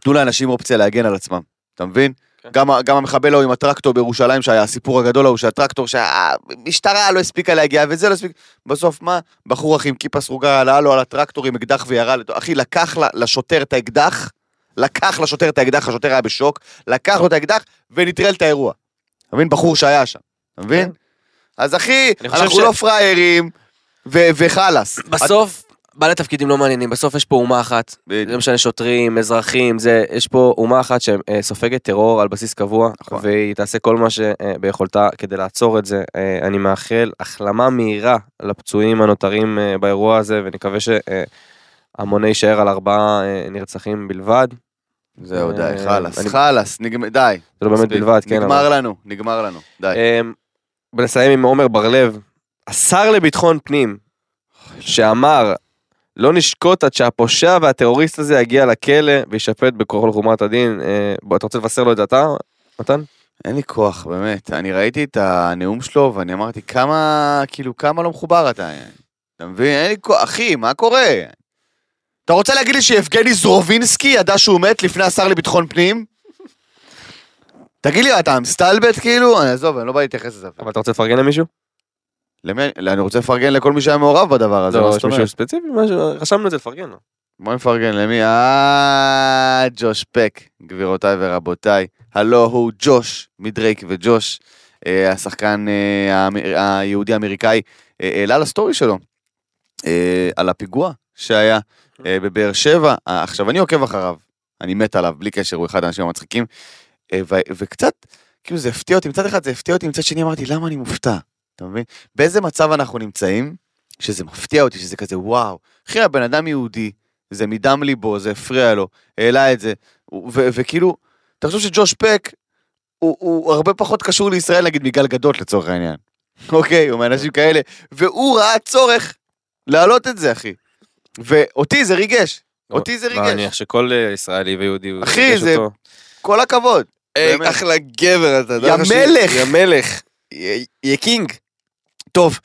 תנו לאנשים אופציה להגן על עצמם, אתה מבין?
כן.
גם, ה- גם המחבל ההוא עם הטרקטור בירושלים, שהיה הסיפור הגדול ההוא, שהטרקטור, שהמשטרה לא הספיקה להגיע וזה לא הספיק, בסוף מה? בחור אחי עם כיפה סרוגה עלה לו על הטרקטור עם אקדח וירה, לתו- אחי, לקח ל- לשוטר את האקדח, לקח לשוטר את האקדח, השוטר היה בשוק, לקח לו את האקדח ונטרל את האירוע. אתה מבין? בחור שהיה שם, אתה מבין?
כן.
אז אחי,
אני חושב
אנחנו
ש-
לא פראיירים, ו- וחלאס.
בסוף, בעלי תפקידים לא מעניינים, בסוף יש פה אומה אחת.
בדיוק.
לא משנה שוטרים, אזרחים, זה, יש פה אומה אחת שסופגת טרור על בסיס קבוע,
נכון.
והיא תעשה כל מה שביכולתה כדי לעצור את זה. אה, אני מאחל החלמה מהירה לפצועים הנותרים אה, באירוע הזה, ונקווה שהמונה יישאר על ארבעה אה, נרצחים בלבד.
זהו,
אה,
די, חלאס,
אני-
חלאס, נגמ- די.
זה לא באמת
מספיק.
בלבד, כן. אבל-
נגמר לנו, נגמר לנו, די.
אמ, ונסיים עם עומר בר-לב, השר לביטחון פנים, שאמר, לא נשקוט עד שהפושע והטרוריסט הזה יגיע לכלא ויישפט בכל חומרת הדין. אה, בוא, אתה רוצה לבשר לו את זה אתה, מתן?
לא.
אין לי כוח, באמת. אני ראיתי את הנאום שלו ואני אמרתי, כמה, כאילו, כמה לא מחובר אתה. אתה מבין? אין לי כוח, אחי, מה קורה? אתה רוצה להגיד לי שיבגני זרובינסקי ידע שהוא מת לפני השר לביטחון פנים? תגיד לי, אתה מסתלבט כאילו? אני עזוב, אני לא בא להתייחס לזה.
אבל אתה רוצה לפרגן למישהו?
למי- אני רוצה לפרגן לכל מי שהיה מעורב בדבר הזה, מה
לא,
זאת
יש מישהו
אומרת?
ספציפי? משהו- רשמנו את זה לפרגן לו.
בוא נפרגן למי? אה, ג'וש פק, גבירותיי ורבותיי. הלו הוא ג'וש מדרייק וג'וש, אה, השחקן אה, האמר- היהודי-אמריקאי, אה, העלה לסטורי שלו אה, על הפיגוע שהיה אה, בבאר שבע. אה, עכשיו, אני עוקב אחריו, אני מת עליו, בלי קשר, הוא אחד האנשים המצחיקים. אה, ו- וקצת, כאילו זה הפתיע אותי, מצד אחד זה הפתיע אותי, מצד שני אמרתי, למה אני מופתע? אתה מבין? באיזה מצב אנחנו נמצאים, שזה מפתיע אותי, שזה כזה וואו. אחי, הבן אדם יהודי, זה מדם ליבו, זה הפריע לו, העלה את זה, ו- ו- וכאילו, אתה חושב שג'וש פק, הוא, הוא הרבה פחות קשור לישראל, נגיד, מגל גדות לצורך העניין. אוקיי, הוא מאנשים כאלה, והוא ראה צורך להעלות את זה, אחי. ואותי זה ריגש,
לא.
אותי זה ריגש.
להניח שכל אה, ישראלי ויהודי הוא
אחי,
ריגש
זה- אה,
אותו.
כל הכבוד.
היי,
באמת.
אחלה גבר אתה.
יא
דע לך ש-
מלך.
יא מלך. יא- יא קינג.
טוב,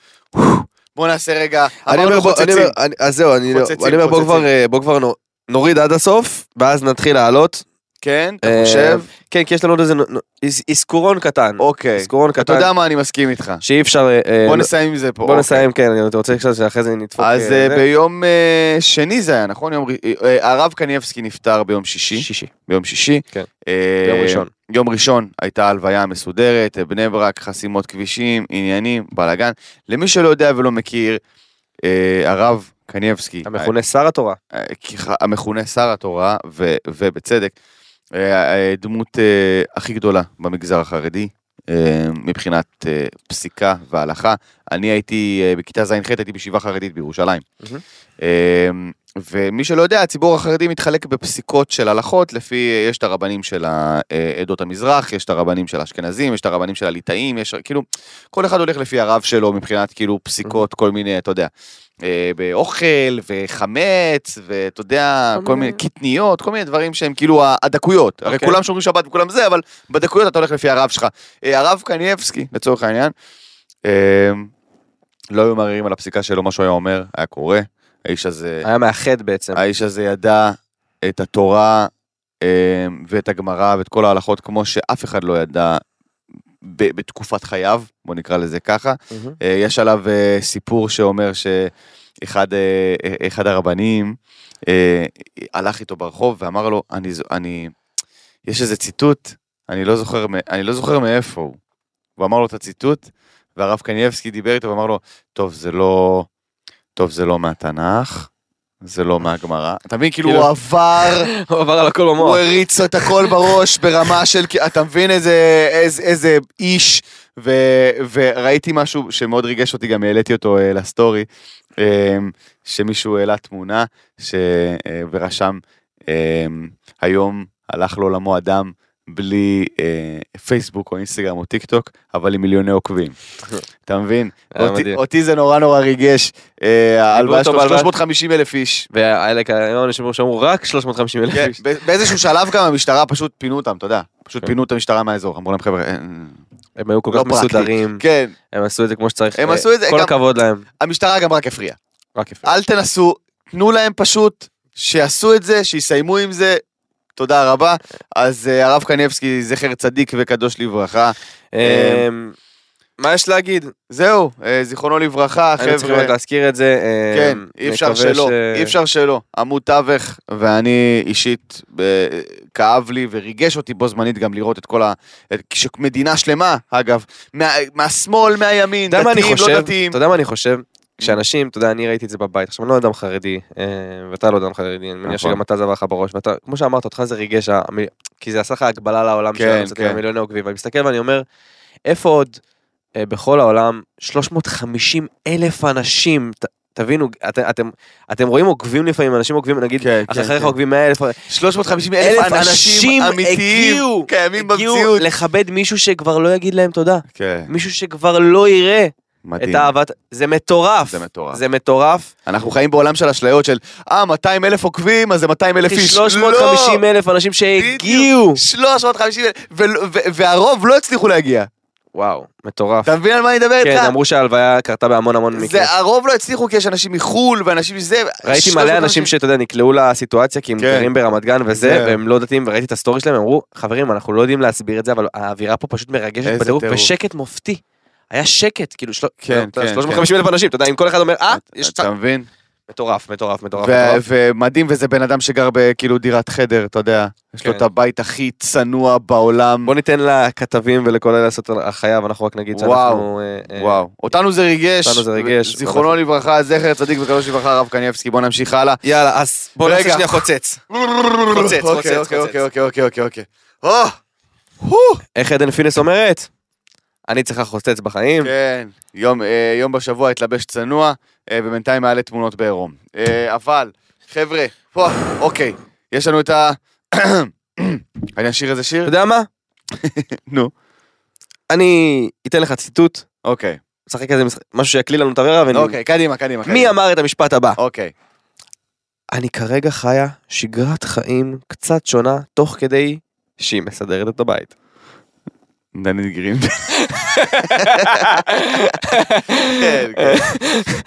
בוא נעשה רגע,
אני
אמרנו
אומר, בוא- אני
חוצצים.
אומר- אני- אז זהו, אני לא-
חוצצים,
אני אומר, בוא
חוצצים.
כבר, אה, בוא כבר נו- נוריד עד הסוף, ואז נתחיל לעלות.
כן, אתה
אה,
חושב?
כן, כי יש לנו עוד איזה נו- נו- אז- אזכורון קטן.
אוקיי.
אזכורון
אתה
קטן
יודע מה, אני מסכים איתך.
שאי אפשר... אה, אה,
בוא
לא-
נסיים עם זה פה.
בוא
אוקיי.
נסיים, כן, אני רוצה עכשיו שאחרי זה נדפוק...
אז
אה,
אה,
זה.
ביום אה, שני זה היה, נכון? יום ר- אה, הרב קניבסקי נפטר ביום שישי.
שישי.
ביום שישי.
כן.
אה,
יום ראשון.
יום ראשון הייתה הלוויה מסודרת, בני ברק, חסימות כבישים, עניינים, בלאגן. למי שלא יודע ולא מכיר, אה, הרב קניבסקי,
המכונה שר התורה.
אה, ככה, המכונה שר התורה, ו- ובצדק, אה, אה, דמות אה, הכי גדולה במגזר החרדי, אה, מבחינת אה, פסיקה והלכה. אני הייתי, אה, בכיתה ז'-ח' הייתי בישיבה חרדית בירושלים.
מהמם.
אה, ומי שלא יודע, הציבור החרדי מתחלק בפסיקות של הלכות, לפי, אה, יש את הרבנים של ה- אה, עדות המזרח, יש את הרבנים של האשכנזים, יש את הרבנים של הליטאים, יש כאילו, כל אחד הולך לפי הרב שלו מבחינת כאילו פסיקות, כל מיני, אתה יודע, אה, באוכל וחמץ, ואתה יודע,
כל
כל
מיני-
מיני קטניות, כל מיני דברים שהם כאילו הדקויות. הרי
אוקיי.
כולם שומרים שבת וכולם זה, אבל בדקויות אתה הולך לפי הרב שלך. אה, הרב קניבסקי, לצורך העניין, אה, לא היו מערערים על הפסיקה שלו, מה שהוא היה אומר, היה קורה. האיש הזה...
היה מאחד בעצם.
האיש הזה ידע את התורה אה, ואת הגמרא ואת כל ההלכות כמו שאף אחד לא ידע ב- בתקופת חייו, בוא נקרא לזה ככה.
מהמם.
אה, יש עליו אה, סיפור שאומר שאחד אה, אה, אחד הרבנים אה, הלך איתו ברחוב ואמר לו, אני, זו- אני, יש איזה ציטוט, אני לא זוכר, מ- אני לא זוכר מאיפה הוא. הוא אמר לו את הציטוט, והרב קנייבסקי דיבר איתו ואמר לו, טוב, זה לא, טוב, זה לא מהתנ"ך, זה לא מהגמרא. אתה מבין, כאילו
כאילו-
הוא עבר,
הוא עבר על הכל
הוא
במוח.
הריץ לו את הכל בראש ברמה של, כי- אתה מבין איזה, איזה, איזה איש, ו, וראיתי משהו שמאוד ריגש אותי, גם העליתי אותו אה, לסטורי, אה, שמישהו העלה תמונה, ש, אה, ורשם, אה, היום הלך לעולמו אדם בלי אה, פייסבוק או אינסטגרם או טיק טוק, אבל עם מיליוני עוקבים. אתה מבין?
היה
אותי,
מדהים.
אותי זה נורא נורא ריגש, אה, ההלוואה
אותו
שלו
בהלוואה?
350 אלף איש.
והאלה כאלה שאמרו- שאמרו רק 350 אלף
כן,
איש.
ב- באיזשהו שלב גם המשטרה פשוט פינו אותם, אתה יודע. פשוט פינו את המשטרה מהאזור, אמרו להם חבר'ה, אין-
הם היו כל
לא
כך
פרקטי.
מסודרים,
כן,
הם עשו את זה כמו שצריך.
הם
אה,
עשו את זה
כל
גם-
הכבוד להם.
המשטרה גם רק הפריעה.
רק יפה.
אל תנסו, תנו להם פשוט, שיעשו את זה, שיסיימו עם זה, תודה רבה. אז אה, הרב קניבסקי, זכר צדיק וקדוש לברכה. אה,
אמ, מה יש להגיד?
זהו, אה, זיכרונו לברכה,
היינו צריכים
חבר'ה.
רק להזכיר את זה. אמ,
אה, כן, אי אפשר
נקווה
שלא,
ש-
אי אפשר שלא. עמוד תווך, ואני אישית, אה, כאב לי וריגש אותי בו זמנית גם לראות את כל ה... את- כשמדינה שלמה, אגב, מה- מהשמאל, מהימין,
אתה יודע מה אני
דתיים, לא
חושב?
דתיים.
אתה יודע מה אני חושב? שאנשים, אתה יודע, אני ראיתי את זה בבית, עכשיו אני לא אדם חרדי, אה, ואתה לא אדם חרדי, אני מניח
נכון.
שגם אתה זה עבר לך בראש, ואתה, כמו שאמרת, אותך זה ריגש, ה- המ- כי זה עשה לך הגבלה לעולם
כן,
שלנו, לצאת
כן.
למיליוני עוקבים, ואני מסתכל ואני אומר, איפה עוד אה, בכל העולם 350 אלף אנשים, ת- תבינו, את- אתם- אתם רואים עוקבים לפעמים, אנשים עוקבים, נגיד,
כן, כן,
אחריך
כן.
עוקבים 100 אלף,
350 אלף אנשים אמיתיים
הגיעו,
קיימים
הגיעו
במציאות.
לכבד מישהו שכבר לא יגיד להם תודה,
כן,
מישהו שכבר לא יראה. את
מדהים.
האהבת, זה מטורף.
זה מטורף.
זה מטורף.
אנחנו חיים בעולם של אשליות של, אה, 200 אלף עוקבים, אז זה 200 אלף
לפי
איש.
350
לא,
אלף אנשים שהגיעו.
בדיוק, 350 אלף, ולא- ו- והרוב לא הצליחו להגיע.
וואו, מטורף.
אתה מבין על מה אני מדבר איתך?
כן, אמרו שההלוויה קרתה בהמון המון מקרים.
זה הרוב לא הצליחו כי יש אנשים מחול ואנשים שזה.
ראיתי
350.
מלא אנשים שאתה יודע, נקלעו לסיטואציה כי הם
כן.
גרים ברמת גן וזה,
זה.
והם לא דתיים, וראיתי את הסטורי שלהם, הם אמרו, חברים, אנחנו לא יודעים להסביר את זה, אבל האווירה פה פשוט מרגשת
איזה
בטירוף,
טירוף.
ושקט מופתי. היה שקט, כאילו, של-
כן,
אתה יודע,
כן,
350 אלף אנשים, אתה יודע, אם כל אחד אומר, אה, יש צד...
אתה מבין?
מטורף, מטורף, מטורף.
ו-
מטורף.
ומדהים וזה בן אדם שגר בכאילו דירת חדר, אתה יודע. יש לו
כן.
את הבית הכי צנוע בעולם.
בוא ניתן לכתבים ולכל אלה לעשות החיה, ואנחנו רק נגיד
וואו,
שאנחנו... אה, אה,
וואו. אותנו זה ריגש.
אותנו זה ריגש.
זיכרונו לברכה, זכר צדיק וקדוש לברכה, הרב קניבסקי. בוא נמשיך הלאה.
יאללה, אז בוא נעשה
רגע.
שנייה חוצץ. חוצץ,
אוקיי,
חוצץ,
אוקיי,
חוצץ.
אוקיי, אוקיי, אוקיי, אוקיי, אוקיי. או!
איך עדן פינס אומרת? אני צריכה חוצץ בחיים.
כן, יום, אה, יום בשבוע התלבש צנוע, אה, ובינתיים מעלה תמונות בעירום. אה, אבל, חבר'ה, פה, אוקיי, יש לנו את ה... אני אשיר איזה
אתה
שיר?
יודע מה?
נו.
אני אתן לך ציטוט,
אוקיי,
נשחק איזה משחק- משהו שיקליל לנו את העבירה, ואני...
אוקיי, קדימה, קדימה.
מי
קדימה.
אמר את המשפט הבא?
אוקיי,
אני כרגע חיה שגרת חיים קצת שונה, תוך כדי שהיא מסדרת את הבית.
דני גרין. כן, כן.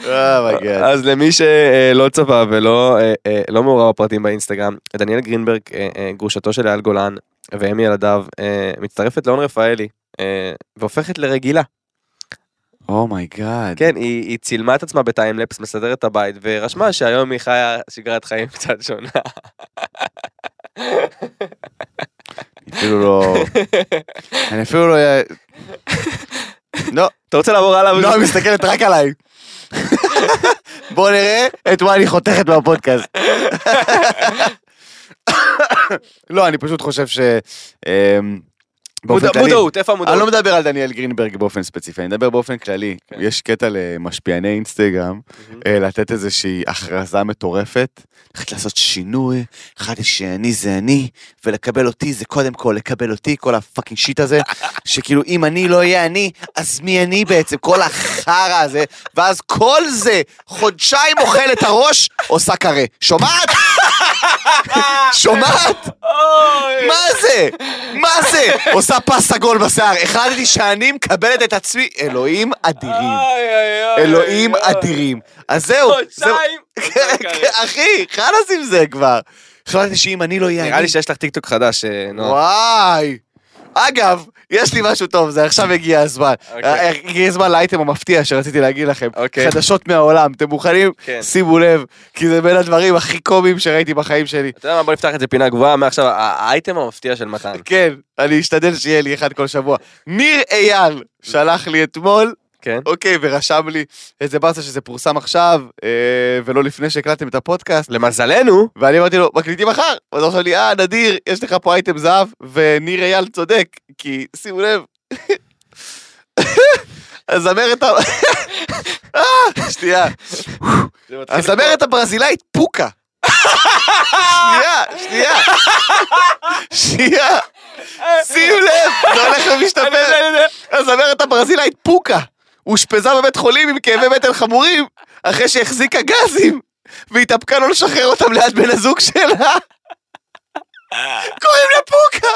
אומייגאד.
אז למי שלא צפה ולא אה, אה, לא מעורב בפרטים באינסטגרם, דניאל גרינברג, אה, אה, גרושתו של אייל גולן ואם ילדיו, אה, מצטרפת לאון רפאלי אה, והופכת לרגילה.
Oh אומייגאד.
כן, היא, היא צילמה את עצמה בטיימלפס, מסדרת את הבית, ורשמה שהיום היא חיה שגרת חיים קצת שונה.
אפילו לא... אני אפילו לא... לא,
אתה רוצה לעבור הלאה?
נועה מסתכלת רק עליי. בואו נראה את מה אני חותכת מהפודקאסט. לא, אני פשוט חושב ש... אמ, באופן
מודע-
כללי-
מודעות, איפה המודעות? כן.
אני לא מדבר על דניאל גרינברג באופן ספציפי, אני מדבר באופן כללי. יש קטע למשפיעני אינסטגרם, אה, לתת איזושהי הכרזה מטורפת, הולכת לעשות שינוי, החלטתי שאני זה אני, ולקבל אותי זה קודם כל לקבל אותי, כל הפאקינג שיט הזה, שכאילו אם אני לא אהיה אני, אז מי אני בעצם? כל החרא הזה, ואז כל זה, חודשיים אוכל את הראש, עושה קרה. שומעת? שומעת? מה זה? מה זה? עושה פס סגול בשיער. החלטתי שאני מקבלת את עצמי, אלוהים אדירים. אלוהים אדירים. אז זהו, זהו. כן, אחי, חלאס עם זה כבר. החלטתי שאם אני לא אהיה
נראה אה.
אני...
לי שיש לך טיקטוק חדש, אה, נועה.
וואי. אגב, יש לי משהו טוב, זה עכשיו הגיע הזמן. אה,
אוקיי.
הגיע הזמן לאייטם המפתיע שרציתי להגיד לכם.
אוקיי.
חדשות מהעולם, אתם מוכנים?
כן.
שימו לב, כי זה בין הדברים הכי קומיים שראיתי בחיים שלי.
אתה יודע מה, בוא נפתח את זה פינה גבוהה, מעכשיו ה- האייטם המפתיע של מתן.
כן, אני אשתדל שיהיה לי אחד כל שבוע. ניר אייל שלח לי אתמול,
כן.
אוקיי, ורשם לי איזה באסה שזה פורסם עכשיו, אה, ולא לפני שהקלטתם את הפודקאסט.
למזלנו,
ואני אמרתי לו, מקליטים מחר. ואז הוא אמר לי, אה, נדיר, יש לך פה אייטם זהב, וניר אייל צודק, כי שימו לב. הזמרת ה... אה, שנייה. הזמרת הברזילאית פוקה. שנייה, שנייה. שנייה. שים לב, זה הולך ומשתפר. הזמרת הברזילאית פוקה. אושפזה בבית חולים עם כאבי בטן חמורים, אחרי שהחזיקה גזים, והתאפקה לא לשחרר אותם ליד בן הזוג שלה. קוראים לה פוקה!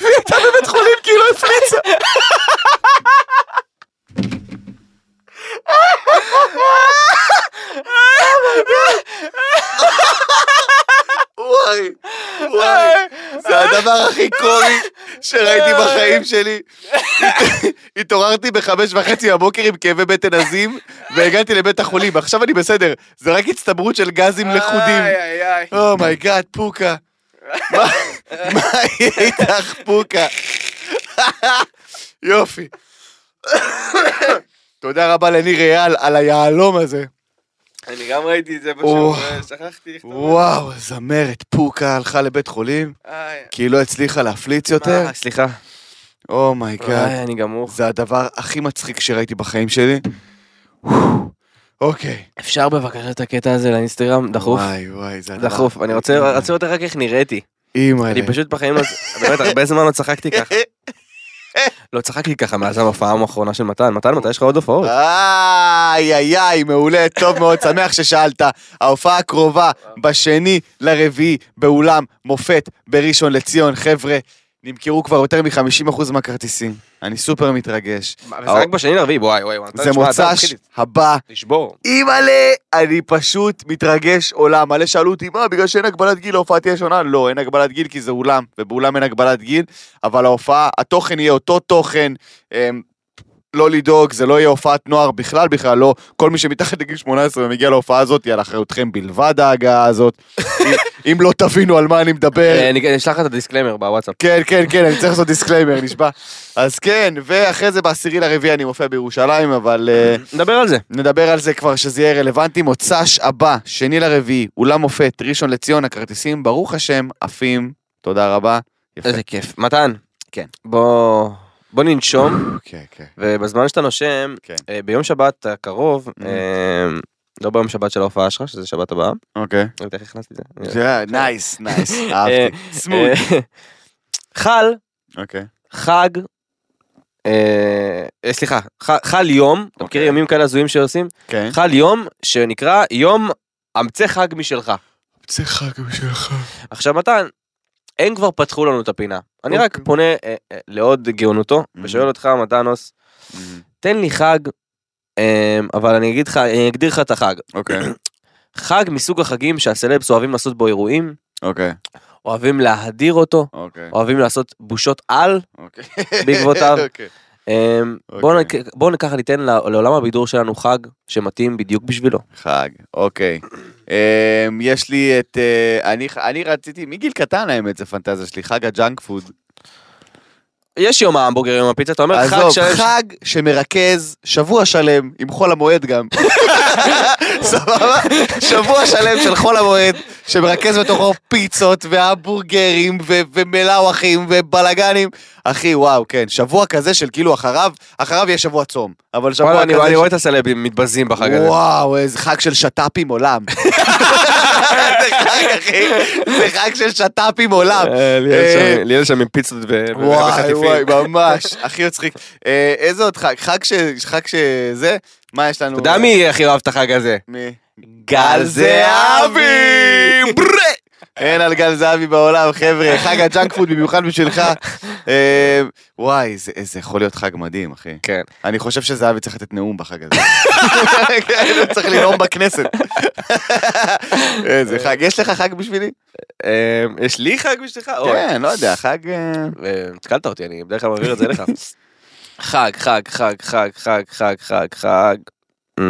והיא הייתה בבית חולים כי היא לא הפליצה. וואי, וואי, זה הדבר הכי קומי שראיתי בחיים שלי. התעוררתי בחמש וחצי בבוקר עם כאבי בטן עזים, והגעתי לבית החולים. עכשיו אני בסדר, זה רק הצטברות של גזים לכודים. Oh אומייגאד, פוקה. מה מה יהיה איתך, פוקה? יופי. תודה רבה לניר אייל על היהלום הזה.
אני גם ראיתי את זה
או.
פשוט, אה, שכחתי איך אתה אומר.
וואו, זמרת פוקה הלכה לבית חולים,
איי.
כי היא לא הצליחה להפליץ יותר. כן.
אה, סליחה.
אומייגאד.
איי, אני גמור.
זה הדבר הכי מצחיק שראיתי בחיים שלי. אוקיי.
אפשר בבקשה את הקטע הזה לאינסטגרם? דחוף.
וואי, וואי, זה הדבר...
דחוף. אני רוצה רצו לראות רק איך נראיתי.
אימא'לה.
אני פשוט בחיים, אז- באמת, הרבה זמן לא צחקתי ככה. לא צחקתי ככה מאז ההופעה האחרונה של מתן. מתן, מתי יש לך עוד הופעות?
איי, איי, איי, מעולה, טוב מאוד, שמח ששאלת. ההופעה הקרובה, בשני לרביעי, באולם מופת בראשון לציון. חבר'ה, נמכרו כבר יותר מ-50% מהכרטיסים. אני סופר מתרגש.
וזה רק בשני לרביעי, וואי וואי. מתן,
אה, זה
תשמע, אתה מתחיל
מוצ"ש הבא.
לשבור.
אימא'לה, אני פשוט מתרגש עולם. מלא שאלו אותי, מה, בגלל שאין הגבלת גיל ההופעה תהיה שונה? לא, אין הגבלת גיל כי זה אולם, ובאולם אין הגבלת גיל, אבל ההופעה, התוכן יהיה אותו תוכן. אמ, לא לדאוג, זה לא יהיה הופעת נוער בכלל, בכלל לא. כל מי שמתחת לגיל 18 ומגיע להופעה הזאת, היא על אחריותכם בלבד ההגעה הזאת. אם, אם לא תבינו על מה אני מדבר,
אה, אני אני אשלח לך את הדיסקליימר בוואטסאפ.
כן, כן, כן, אני צריך לעשות דיסקליימר, נשבע. אז כן, ואחרי זה בעשירי לרביעי אני מופיע בירושלים, אבל... אה,
נדבר על זה.
נדבר על זה כבר, שזה יהיה רלוונטי. מוצ"ש הבא, שני לרביעי, אולם מופת, ראשון לציון, הכרטיסים, ברוך השם, עפים. תודה רבה. יפה.
איזה כיף. מתן.
כן.
בוא... בוא ננשום,
כן, כן.
ובזמן שאתה נושם,
כן. Mm.
אה, ביום שבת הקרוב, אה, לא ביום שבת של ההופעה שלך, שזה שבת הבאה,
אוקיי.
אני יודע איך הכנסתי את זה.
זה- נייס, נייס, אהבתי. סמוט.
אה, חל
אוקיי.
חג, אה, אה, סליחה, ח- חל יום, אתה מכיר
אוקיי.
ימים כאלה הזויים שעושים?
כן.
חל יום שנקרא יום אמצא חג משלך.
זה חג בשבילך.
עכשיו מתן, הם כבר פתחו לנו את הפינה. אני רק
אוקיי. Mm.
פונה אה, אה, לעוד גאונותו ושואל אותך מתנוס, תן לי חג, אה, אבל אני אגיד לך, אני אגדיר לך את החג.
אוקיי,
חג מסוג החגים שהסלבס אוהבים לעשות בו אירועים,
אוקיי,
אוהבים להדיר אותו,
אוקיי.
אוהבים לעשות בושות על,
אוקיי.
בעקבותיו.
אוקיי.
אמ, בוא
אוקיי.
נק- בוא ניקח ניתן ל- לעולם הבידור שלנו חג שמתאים בדיוק בשבילו.
חג, אוקיי. אמ, יש לי את... אה, אני- אני רציתי, מגיל קטן האמת, זה פנטזיה שלי, חג הג'אנק פוד.
יש יום ההמבורגר, יום הפיצה, אתה אומר חג
עזוב,
שלם.
חג שמרכז שבוע שלם, עם חול המועד גם. סבבה? שבוע שלם של חול המועד, שמרכז בתוכו פיצות והמבורגרים ו- ומלאווחים ובלאגנים. אחי, וואו, כן, שבוע כזה של כאילו אחריו, אחריו יש שבוע צום. אבל שבוע
וואלה,
כזה...
אני אני רואה את הסלבים מתבזים בחג הזה.
וואו, איזה חג של שת"פים עולם. זה חג, אחי, זה חג של שת"פים עולם.
אה, ליאל
אה,
שם- ליאל שם עם פיצות ו-
וואי
וחטיפים.
וואי, ממש, הכי מצחיק. אה, איזה עוד חג? חג ש... חג שזה? מה יש לנו?
אתה יודע מי הכי אוהב את החג הזה?
מי?
גל זהבי!
ברא! אין על גל זהבי בעולם, חבר'ה, חג הג'אנק פוד במיוחד בשבילך. אה, וואי, זה זה יכול להיות חג מדהים, אחי.
כן.
אני חושב שזהבי צריך לתת נאום בחג הזה. כן, צריך לנאום בכנסת. איזה חג. יש לך חג בשבילי?
אה, יש לי חג בשבילך? אוי.
כן, לא יודע, חג... אה,
אה, התקלת אותי, אני בדרך כלל מעביר את זה אליך. חג, חג, חג, חג, חג, חג, חג, חג. Mm.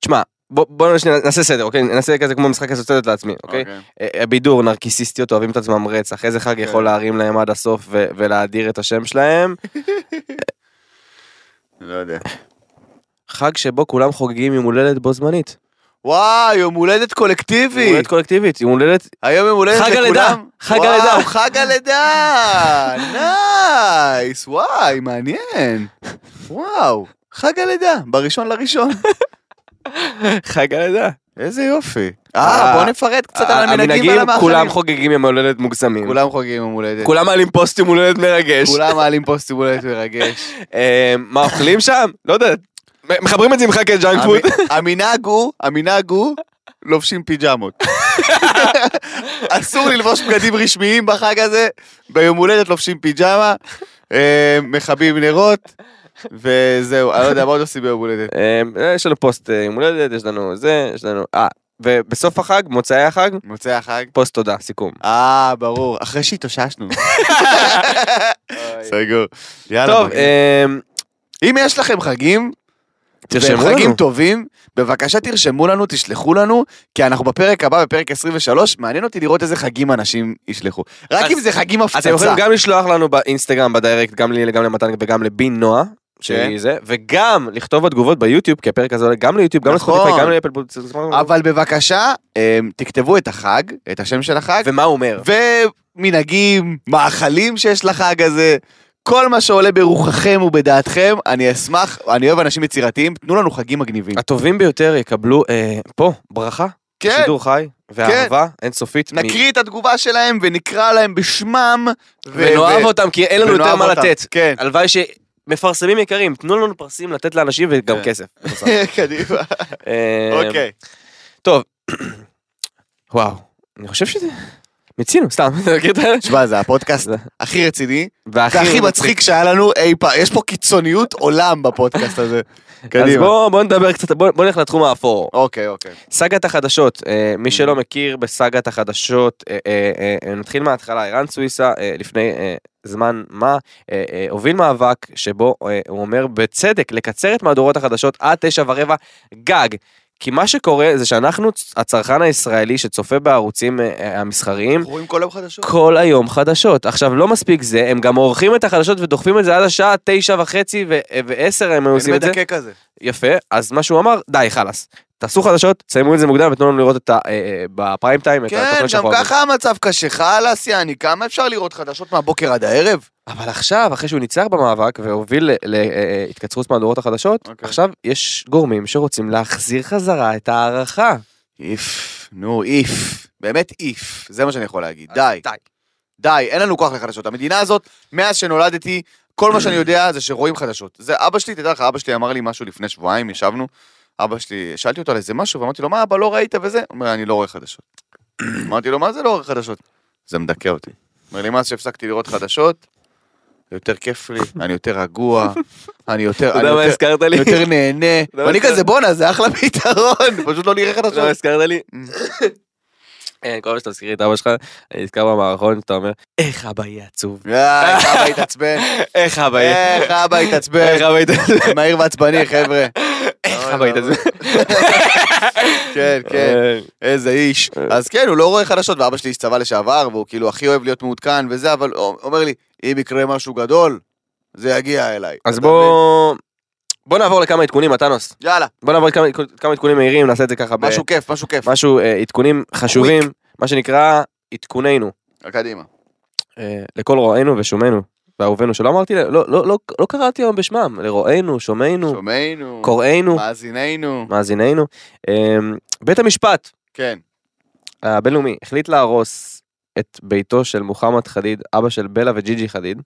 תשמע, בוא- בוא שנייה נעשה סדר, אוקיי? נעשה כזה כמו משחק הסוציאליות לעצמי, אוקיי? כן. אה, בידור, נרקיסיסטיות, אוהבים את עצמם רצח, איזה חג יכול להרים להם עד הסוף ו- ולהאדיר את השם שלהם?
לא יודע.
חג שבו כולם חוגגים יום הולדת בו זמנית.
וואי, יום הולדת
יום
קולקטיבי.
הולדת קולקטיבית, יום הולדת...
היום יום הולדת
חג
לכולם.
הלידה, חג הלידה.
וואו, חג הלידה. נייס, וואי, מעניין. וואו, חג הלידה, בראשון לראשון.
חג הלידה.
איזה יופי. אה, בוא נפרט קצת על המנהגים ועל המאכלים.
כולם חוגגים יום הולדת מוגזמים.
כולם חוגגים יום הולדת.
כולם מעלים פוסט יום הולדת מרגש.
כולם מעלים פוסט יום הולדת מרגש.
אה, מה אוכלים שם? לא יודע. מחברים את זה עם חכה ג'אנק פוד.
המ- המנהג הוא, המנהג הוא, לובשים פיג'מות. אסור ללבוש בגדים רשמיים בחג הזה, ביום הולדת לובשים פיג'מה, אה, מכבים נרות, וזהו, אני לא יודע, מה עוד עושים ביום הולדת?
אה, יש לנו פוסט אה, יום הולדת, יש לנו זה, יש לנו... אה, ובסוף החג, מוצאי החג,
מוצאי החג?
פוסט תודה, סיכום.
אה, ברור, אחרי שהתאוששנו. סגור. יאללה,
טוב,
מגניב.
אה,
אם יש לכם חגים,
תרשמו
והם חגים
לנו.
טובים, בבקשה תרשמו לנו, תשלחו לנו, כי אנחנו בפרק הבא, בפרק 23, מעניין אותי לראות איזה חגים אנשים ישלחו. רק
אז-
אם זה חגים
אתם יכולים
הפצצה.
גם לשלוח לנו באינסטגרם, בדיירקט, גם לי, גם למתן וגם לבין נועה.
כן.
שהיא זה, וגם לכתוב בתגובות ביוטיוב, כי הפרק הזה עולה גם ליוטיוב, גם
נכון.
לספוטיפיי, גם לאפל
אבל בבקשה, אמ, תכתבו את החג, את השם של החג,
ומה הוא אומר?
ומנהגים, מאכלים שיש לחג הזה. כל מה שעולה ברוחכם ובדעתכם, אני אשמח, אני אוהב אנשים יצירתיים, תנו לנו חגים מגניבים.
הטובים ביותר יקבלו אה, פה ברכה,
כן,
שידור חי, ואהבה אינסופית. מ-
נקריא את התגובה שלהם ונקרא להם בשמם. ו-
ונאהב
ו-
אותם, כי אין לנו יותר
ונאהב
מה
אותם.
לתת.
כן.
הלוואי שמפרסמים יקרים, תנו לנו פרסים לתת לאנשים וגם כסף. בנוסף.
קדימה.
אה,
כן. אוקיי.
וואו, אני חושב שזה... מיצינו, סתם, אתה מכיר את ה...
תשמע, זה הפודקאסט
זה-
הכי רציני,
והכי
זה הכי מצחיק שהיה לנו אי פעם. יש פה קיצוניות עולם בפודקאסט הזה.
אז
קדימה.
בואו בוא נדבר קצת, בואו בוא נלך לתחום האפור.
אוקיי, אוקיי.
סאגת החדשות, אה, מי שלא מכיר בסאגת החדשות, אה, אה, אה, אה, נתחיל מההתחלה, ערן סוויסה אה, לפני אה, זמן מה אה, אה, הוביל מאבק שבו אה, הוא אומר בצדק לקצר את מהדורות החדשות עד תשע ורבע גג. כי מה שקורה זה שאנחנו, הצרכן הישראלי שצופה בערוצים אה, אה, המסחריים,
רואים כל יום חדשות?
כל היום חדשות. עכשיו, לא מספיק זה, הם גם עורכים את החדשות ודוחפים את זה עד השעה תשע וחצי ו- אה, ועשר הם היו עושים
אין
את זה.
מדכא כזה.
יפה, אז מה שהוא אמר, די, חלאס. תעשו חדשות, תסיימו את זה מוקדם ותנו לנו לראות את ה... אה, אה, בפריים טיים, את
כן,
התוכנית
גם
שאנחנו אוהבים.
ככה המצב קשה. חלאס, יעני, כמה אפשר לראות חדשות מהבוקר עד הערב?
אבל עכשיו, אחרי שהוא ניצח במאבק והוביל להתקצרות אה, מהדורות החדשות,
אוקיי.
עכשיו יש גורמים שרוצים להחזיר חזרה את ההערכה.
איף, נו, איף. באמת איף. זה מה שאני יכול להגיד. די.
די.
די, אין לנו כוח לחדשות. המדינה הזאת, מאז שנולדתי, כל מה שאני יודע זה שרואים חדשות. זה אבא שלי, תדע לך, אבא שלי אמר לי משהו לפני שבועיים, ישבנו, אבא שלי, שאלתי אותו על איזה משהו, ואמרתי לו, מה אבא, לא ראית וזה? הוא אומר, אני לא רואה חדשות. אמרתי לו, מה זה לא רואה חדשות? זה מדכא אותי. אומר לי, מאז שהפסקתי לראות חדשות, יותר כיף לי, אני יותר רגוע, אני יותר,
אתה
אני
יודע מה
יותר,
הזכרת לי?
אני יותר נהנה,
יודע
ואני
מה
כזה, בואנה, זה אחלה פתרון, פשוט לא נראה
אתה יודע מה
חדשות.
הזכרת לי? אה, כל פעם שאתה מזכיר את אבא שלך, אני נזכר במערכון, אתה אומר, איך אבא יהיה עצוב.
יאי, איך אבא התעצבן,
איך אבא יהיה...
איך אבא התעצבן,
איך אבא יהיה...
מהיר ועצבני, חבר'ה.
איך אבא יהיה...
כן, כן, איזה איש. אז כן, הוא לא רואה חדשות, ואבא שלי איש צבא לשעבר, והוא כאילו הכי אוהב להיות מעודכן וזה, אבל הוא אומר לי, אם יקרה משהו גדול, זה יגיע אליי.
אז
אתה מבין?
בוא... בוא נעבור לכמה עדכונים, מתנוס.
יאללה,
בוא נעבור לכמה כמה עדכונים מהירים, נעשה את זה ככה. ב-
משהו כיף, משהו כיף.
משהו, אה, עדכונים חשובים, מה שנקרא עדכוננו.
קדימו.
אה, לכל רואינו ושומענו ואהובינו, שלא אמרתי, ל- לא- לא- לא- לא קראתי היום בשמם, לרואינו, שומענו,
שומעינו,
קוראינו,
מאזיננו.
מאזיננו. אה, בית המשפט
כן.
הבינלאומי החליט להרוס את ביתו של מוחמד חדיד, אבא של בלה וג'יג'י חדיד,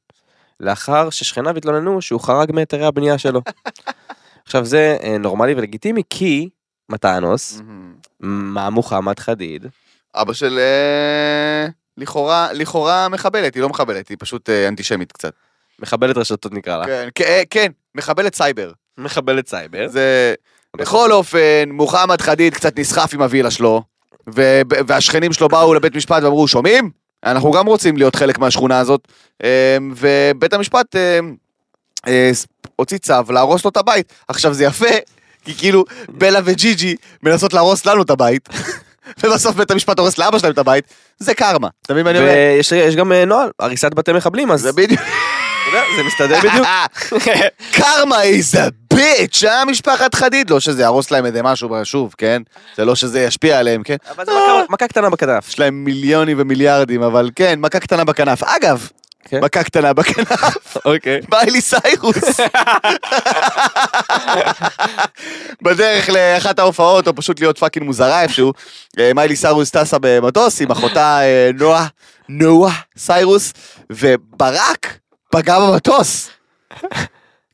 לאחר ששכניו התלוננו שהוא חרג מהיתרי הבנייה שלו. עכשיו זה אה, נורמלי ולגיטימי כי מטאנוס, מה מוחמד חדיד,
אבא של... אה, לכאורה, לכאורה מחבלת, היא לא מחבלת, היא פשוט אה, אנטישמית קצת.
מחבלת רשתות נקרא לה,
כן, כן, כן, מחבלת סייבר.
כן. מחבלת סייבר.
זה... בכל אופן, מוחמד חדיד קצת נסחף עם הווילה שלו, ו- והשכנים שלו באו לבית משפט ואמרו, שומעים? אנחנו גם רוצים להיות חלק מהשכונה הזאת. אמ, ובית המשפט אמ, אה, ס- הוציא צו להרוס לו את הבית. עכשיו זה יפה, כי כאילו בלה וג'יג'י מנסות להרוס לנו את הבית, ובסוף בית המשפט הורס לאבא שלהם את הבית, זה קרמה. אתה מבין מה אני אומר?
ויש יש גם אה, נוהל, הריסת בתי מחבלים, אז
זה בדיוק...
אתה יודע, זה מסתדר בדיוק.
קרמה is a bitch, אה משפחת חדיד? לא שזה יהרוס להם איזה משהו שוב, כן? זה לא שזה ישפיע עליהם, כן?
אבל זה מכה- אה, מכה קטנה בכנף.
יש להם מיליונים ומיליארדים, אבל כן, מכה קטנה בכנף. אגב,
כן?
מכה קטנה בכנף,
אוקיי.
ביילי סיירוס. בדרך לאחת ההופעות, או פשוט להיות פאקינג מוזרה איפשהו, אה, מיילי סיירוס טסה במטוס עם אחותה אה, נועה, נועה סיירוס, וברק פגע במטוס.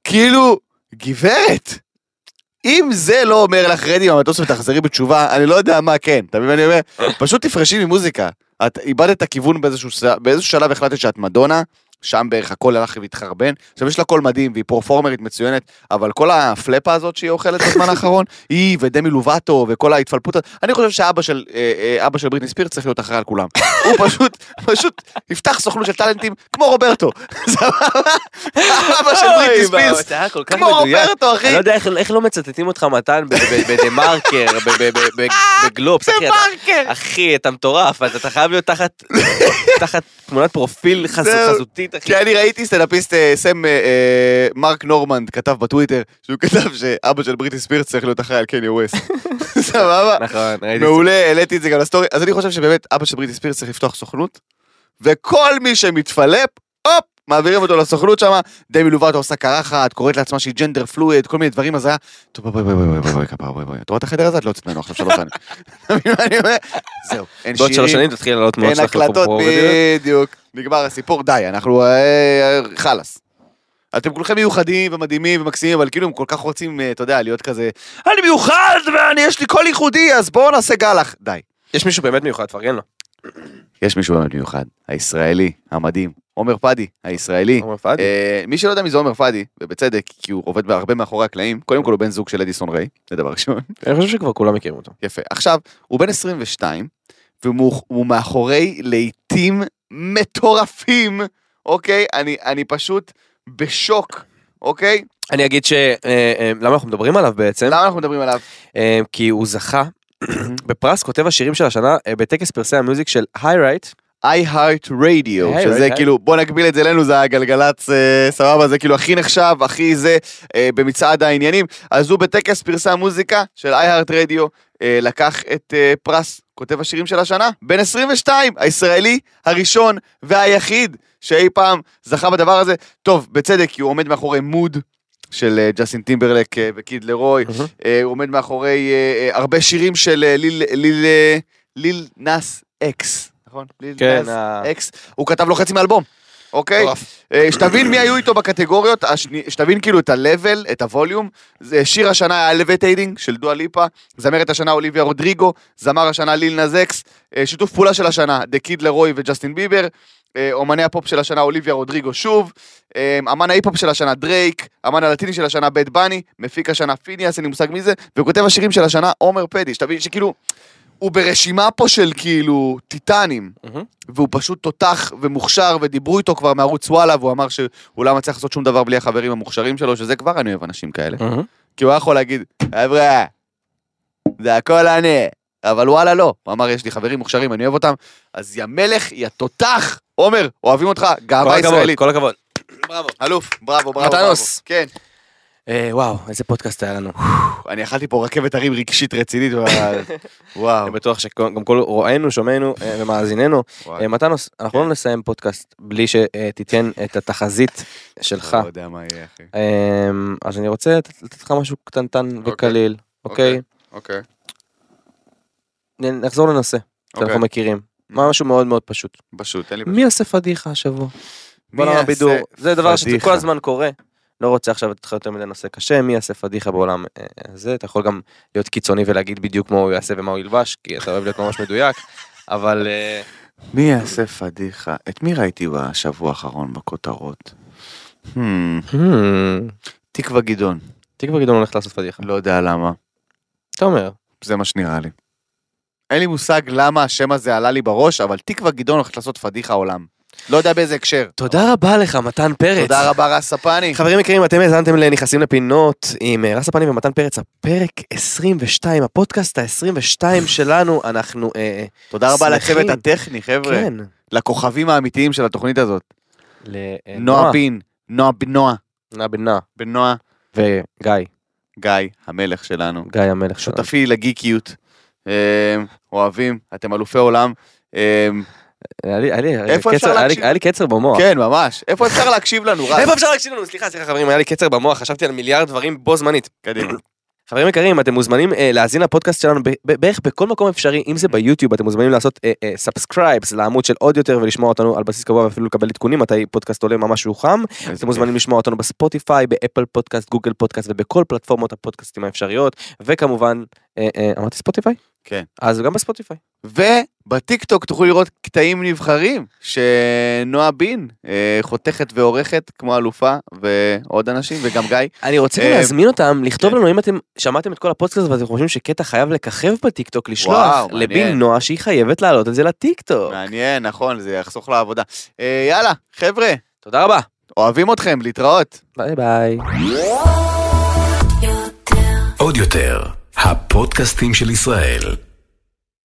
כאילו, גברת, אם זה לא אומר לך רדי מהמטוס ותחזרי בתשובה, אני לא יודע מה כן, אתה מבין מה אני אומר? פשוט תפרשי ממוזיקה. את איבדת את הכיוון באיזשהו, ש- באיזשהו שלב החלטת שאת מדונה, שם בערך הכל הלך והתחרבן. עכשיו יש לה קול מדהים והיא פרפורמרית מצוינת, אבל כל הפלאפה הזאת שהיא אוכלת בזמן האחרון, היא ודמי לובטו וכל ההתפלפות, הזאת, אני חושב שאבא של, אה, אה, אבא של בריטני ספיר צריך להיות אחראי על כולם. הוא פשוט, פשוט יפתח סוכנות של טאלנטים כמו רוברטו. סבבה? אבא של בריטני ספירס,
זה היה כל כך
כמו
מדויק.
רוברטו
אני
אחי.
לא יודע איך- איך לא מצטטים אותך מתן ב- ב- בדה מרקר, ב- ב- ב- ב- בגלובס, אחי, אתה-
מרקר.
אחי, אתה מטורף, אתה אתה חייב להיות תחת תחת תמונת פרופיל חז-
זהו.
חזותית, אחי.
כי כן, אני ראיתי סטנדאפיסט אה, סם אה, אה, מרק נורמנד כתב בטוויטר שהוא כתב שאבא של בריטי ספירס צריך להיות אחראי על קניה ווסט. סבבה?
נכון, ראיתי.
מעולה, העליתי את זה גם לסטורי. אז אני חושב שבאמת אבא של בריטי ספירס צריך לפתוח סוכנות, וכל מי שמתפלפ, הופ, מעבירים אותו לסוכנות שמה, דמי לובטו עושה קרחת, קוראת לעצמה שהיא ג'נדר פלואיד, כל מיני דברים, אז היה... טוב, בואי בואי בואי בואי בואי בואי כפרה, בואי בואי. את רואה את החדר הזה? את לא יוצאת ממנו עכשיו שלוש שנים. אתה מבין מה אני אומר? זהו, אין
בעוד שלוש
שירים.
שנים תתחיל לעלות תמונות
אין
שלך
הקלטות, בדיוק. נגמר הסיפור, די, אנחנו אה, חלאס. אתם כולכם מיוחדים ומדהימים ומקסימים, אבל כאילו הם כל כך רוצים, אה, אתה יודע, להיות כזה, אני מיוחד ואני, יש לי קול ייחודי, אז בואו נעשה גלח. די.
יש מישהו באמת מיוחד, תפרגן לו.
יש מישהו באמת מיוחד, הישראלי, המדהים, עומר פדי, הישראלי.
עומר פאדי.
אה, מי שלא יודע מי זה עומר פאדי, ובצדק, כי הוא עובד הרבה מאחורי הקלעים, קודם כל הוא בן זוג של אדיסון ריי, זה דבר ראשון.
אני חושב שכבר כולם מכירים אותו.
יפה. עכשיו, הוא בן 22, והוא הוא מאחורי להיטים מטורפים, אוקיי? אני, אני פשוט בשוק, אוקיי?
אני אגיד ש... אה, אה, למה אנחנו מדברים עליו בעצם?
למה אנחנו מדברים עליו?
אה, כי הוא זכה בפרס כותב השירים של השנה אה, בטקס פרסי המיוזיק של היירייט.
I heart radio,
Hey,
שזה
right,
כאילו, בוא נקביל את זה אלינו, זה הגלגלצ, אה, סבבה, זה כאילו הכי נחשב, הכי זה, אה, במצעד העניינים. אז הוא בטקס פרסי המוזיקה של I heart radio, אה, לקח את אה, פרס כותב השירים של השנה, בן 22, הישראלי הראשון והיחיד שאי פעם זכה בדבר הזה. טוב, בצדק, כי הוא עומד מאחורי מוד. של אה, ג'סטין טימברלק אה, וקיד לרוי,
מהמם.
אה, הוא עומד מאחורי אה, אה, הרבה שירים של אה, ליל- ליל אה, ליל נאס אקס, נכון? ליל
כן,
נאס
ה-
אקס, הוא כתב לו חצי מאלבום, אוקיי? אה, שתבין מי היו איתו בקטגוריות, השני- שתבין כאילו את ה-level, את הווליום. זה שיר השנה היה אלווטיידינג של דואה ליפה, זמרת השנה אוליביה רודריגו, זמר השנה ליל נזקס, אה, שיתוף פעולה של השנה, דה קיד לרוי וג'סטין ביבר, אה, אומני הפופ של השנה אוליביה רודריגו שוב, אה, אמן ההיפ-הופ של השנה דרייק, אמן הלטיני של השנה בית בני, מפיק השנה פיניאס, אין לי מושג מי זה, וכותב השירים של השנה עומר פדי, שתבין שכאילו, הוא ברשימה פה של כאילו טיטנים.
מהמם.
והוא פשוט תותח ומוכשר, ודיברו איתו כבר מערוץ וואלה, והוא אמר שהוא לא מצליח לעשות שום דבר בלי החברים המוכשרים שלו, שזה כבר אני אוהב אנשים כאלה.
מהמם.
כי הוא היה יכול להגיד, חבר'ה, זה הכל אני, אבל וואלה לא. הוא אמר, יש לי חברים מוכשרים, אני אוהב אותם. אז יא מלך, יא תותח, עומר, אוהבים אותך,
כל
גאווה
הכבוד,
ישראלית.
כל הכבוד.
בראבו. אלוף, בראבו, בראבו.
מתנוס.
בראבו. כן.
אה, וואו, איזה פודקאסט היה לנו.
אני אכלתי פה רכבת הרים רגשית רצינית, אבל- וואו.
אני בטוח שגם כל רואינו, שומענו אה, ומאזיננו.
וואי,
אה, מתנוס, אנחנו לא נסיים פודקאסט בלי שתיתן את התחזית שלך.
לא יודע מה יהיה, אחי.
אה, אז אני רוצה לתת לתת לך משהו קטנטן
אוקיי.
וקליל, אוקיי?
אוקיי.
נ- אוקיי? נחזור לנושא, שאנחנו
אוקיי.
מכירים. משהו מאוד מאוד פשוט.
פשוט, תן לי...
מי יעשה פדיחה השבוע?
מי
בוא נאמר
יעשה
בידור. זה דבר
פדיחה?
שכל הזמן קורה. לא רוצה עכשיו לתת לך יותר מדי נושא קשה, מי יעשה פדיחה בעולם אה, הזה, אתה יכול גם להיות קיצוני ולהגיד בדיוק מה הוא יעשה ומה הוא ילבש, כי אתה אוהב להיות ממש מדויק, אבל אה,
מי יעשה פדיחה? את מי ראיתי בשבוע האחרון בכותרות? Hmm,
hmm,
תקווה גדעון,
תקווה גדעון הולך לעשות פדיחה.
לא יודע למה,
אתה אומר,
זה מה שנראה לי. אין לי מושג למה השם הזה עלה לי בראש, אבל תקווה גדעון הולכת לעשות פדיחה עולם. לא יודע באיזה הקשר.
תודה רבה לך, מתן פרץ.
תודה רבה, רס ספני.
חברים יקרים, אתם האזנתם לנכנסים לפינות עם אה, רס הפנים ומתן פרץ, הפרק 22, הפודקאסט ה-22 שלנו, אנחנו... אה,
תודה רבה
שמחים.
לצוות הטכני, חבר'ה.
כן,
לכוכבים האמיתיים של התוכנית הזאת.
לנועה,
נועה פין, נועה בנועה,
נועה בן נועה,
בנועה,
וגיא,
גיא, המלך שלנו.
גיא המלך שלנו.
שותפי לגיקיות. אה, אוהבים, אתם אלופי עולם. אה,
היה לי- היה לי- היה לי
איפה אפשר
קצר- היה לי-
להקשיב?
היה לי קצר במוח.
כן, ממש. איפה אפשר להקשיב לנו, רז?
אה. איפה אפשר להקשיב לנו? סליחה, סליחה חברים, היה לי קצר במוח, חשבתי על מיליארד דברים בו זמנית.
קדימה.
חברים יקרים, אתם מוזמנים אה, להאזין לפודקאסט שלנו ב- ב- בערך בכל מקום אפשרי, אם זה ביוטיוב, אתם מוזמנים לעשות סאבסקרייבס לעמוד של עוד יותר ולשמוע אותנו על בסיס קבוע ואפילו לקבל עדכונים מתי פודקאסט עולה ממש שהוא חם. אתם מוזמנים לשמוע אותנו בספוטיפיי, באפל פודקאסט, גוגל פודקאסט ובכל פלטפורמות הפודקאסטים האפשריות, וכמובן, אה, אה, אמרתי ספוטיפיי?
כן.
אז גם בספוטיפיי.
ובטיקטוק תוכלו לראות קטעים נבחרים שנועה בין אה, חותכת ועורכת כמו אלופה ועוד אנשים וגם גיא.
אני רוצה גם
אה,
להזמין אותם, לכתוב
כן.
לנו אם אתם שמעתם את כל הפודקאסט ואתם חושבים שקטע חייב לככב בטיקטוק, לשלוח
וואו,
לבין
מעניין.
נועה שהיא חייבת להעלות את זה לטיקטוק.
מעניין, נכון, זה יחסוך לה עבודה. אה, יאללה, חבר'ה,
תודה רבה.
אוהבים אתכם, להתראות.
ביי ביי.
עוד יותר, הפודקאסטים של ישראל.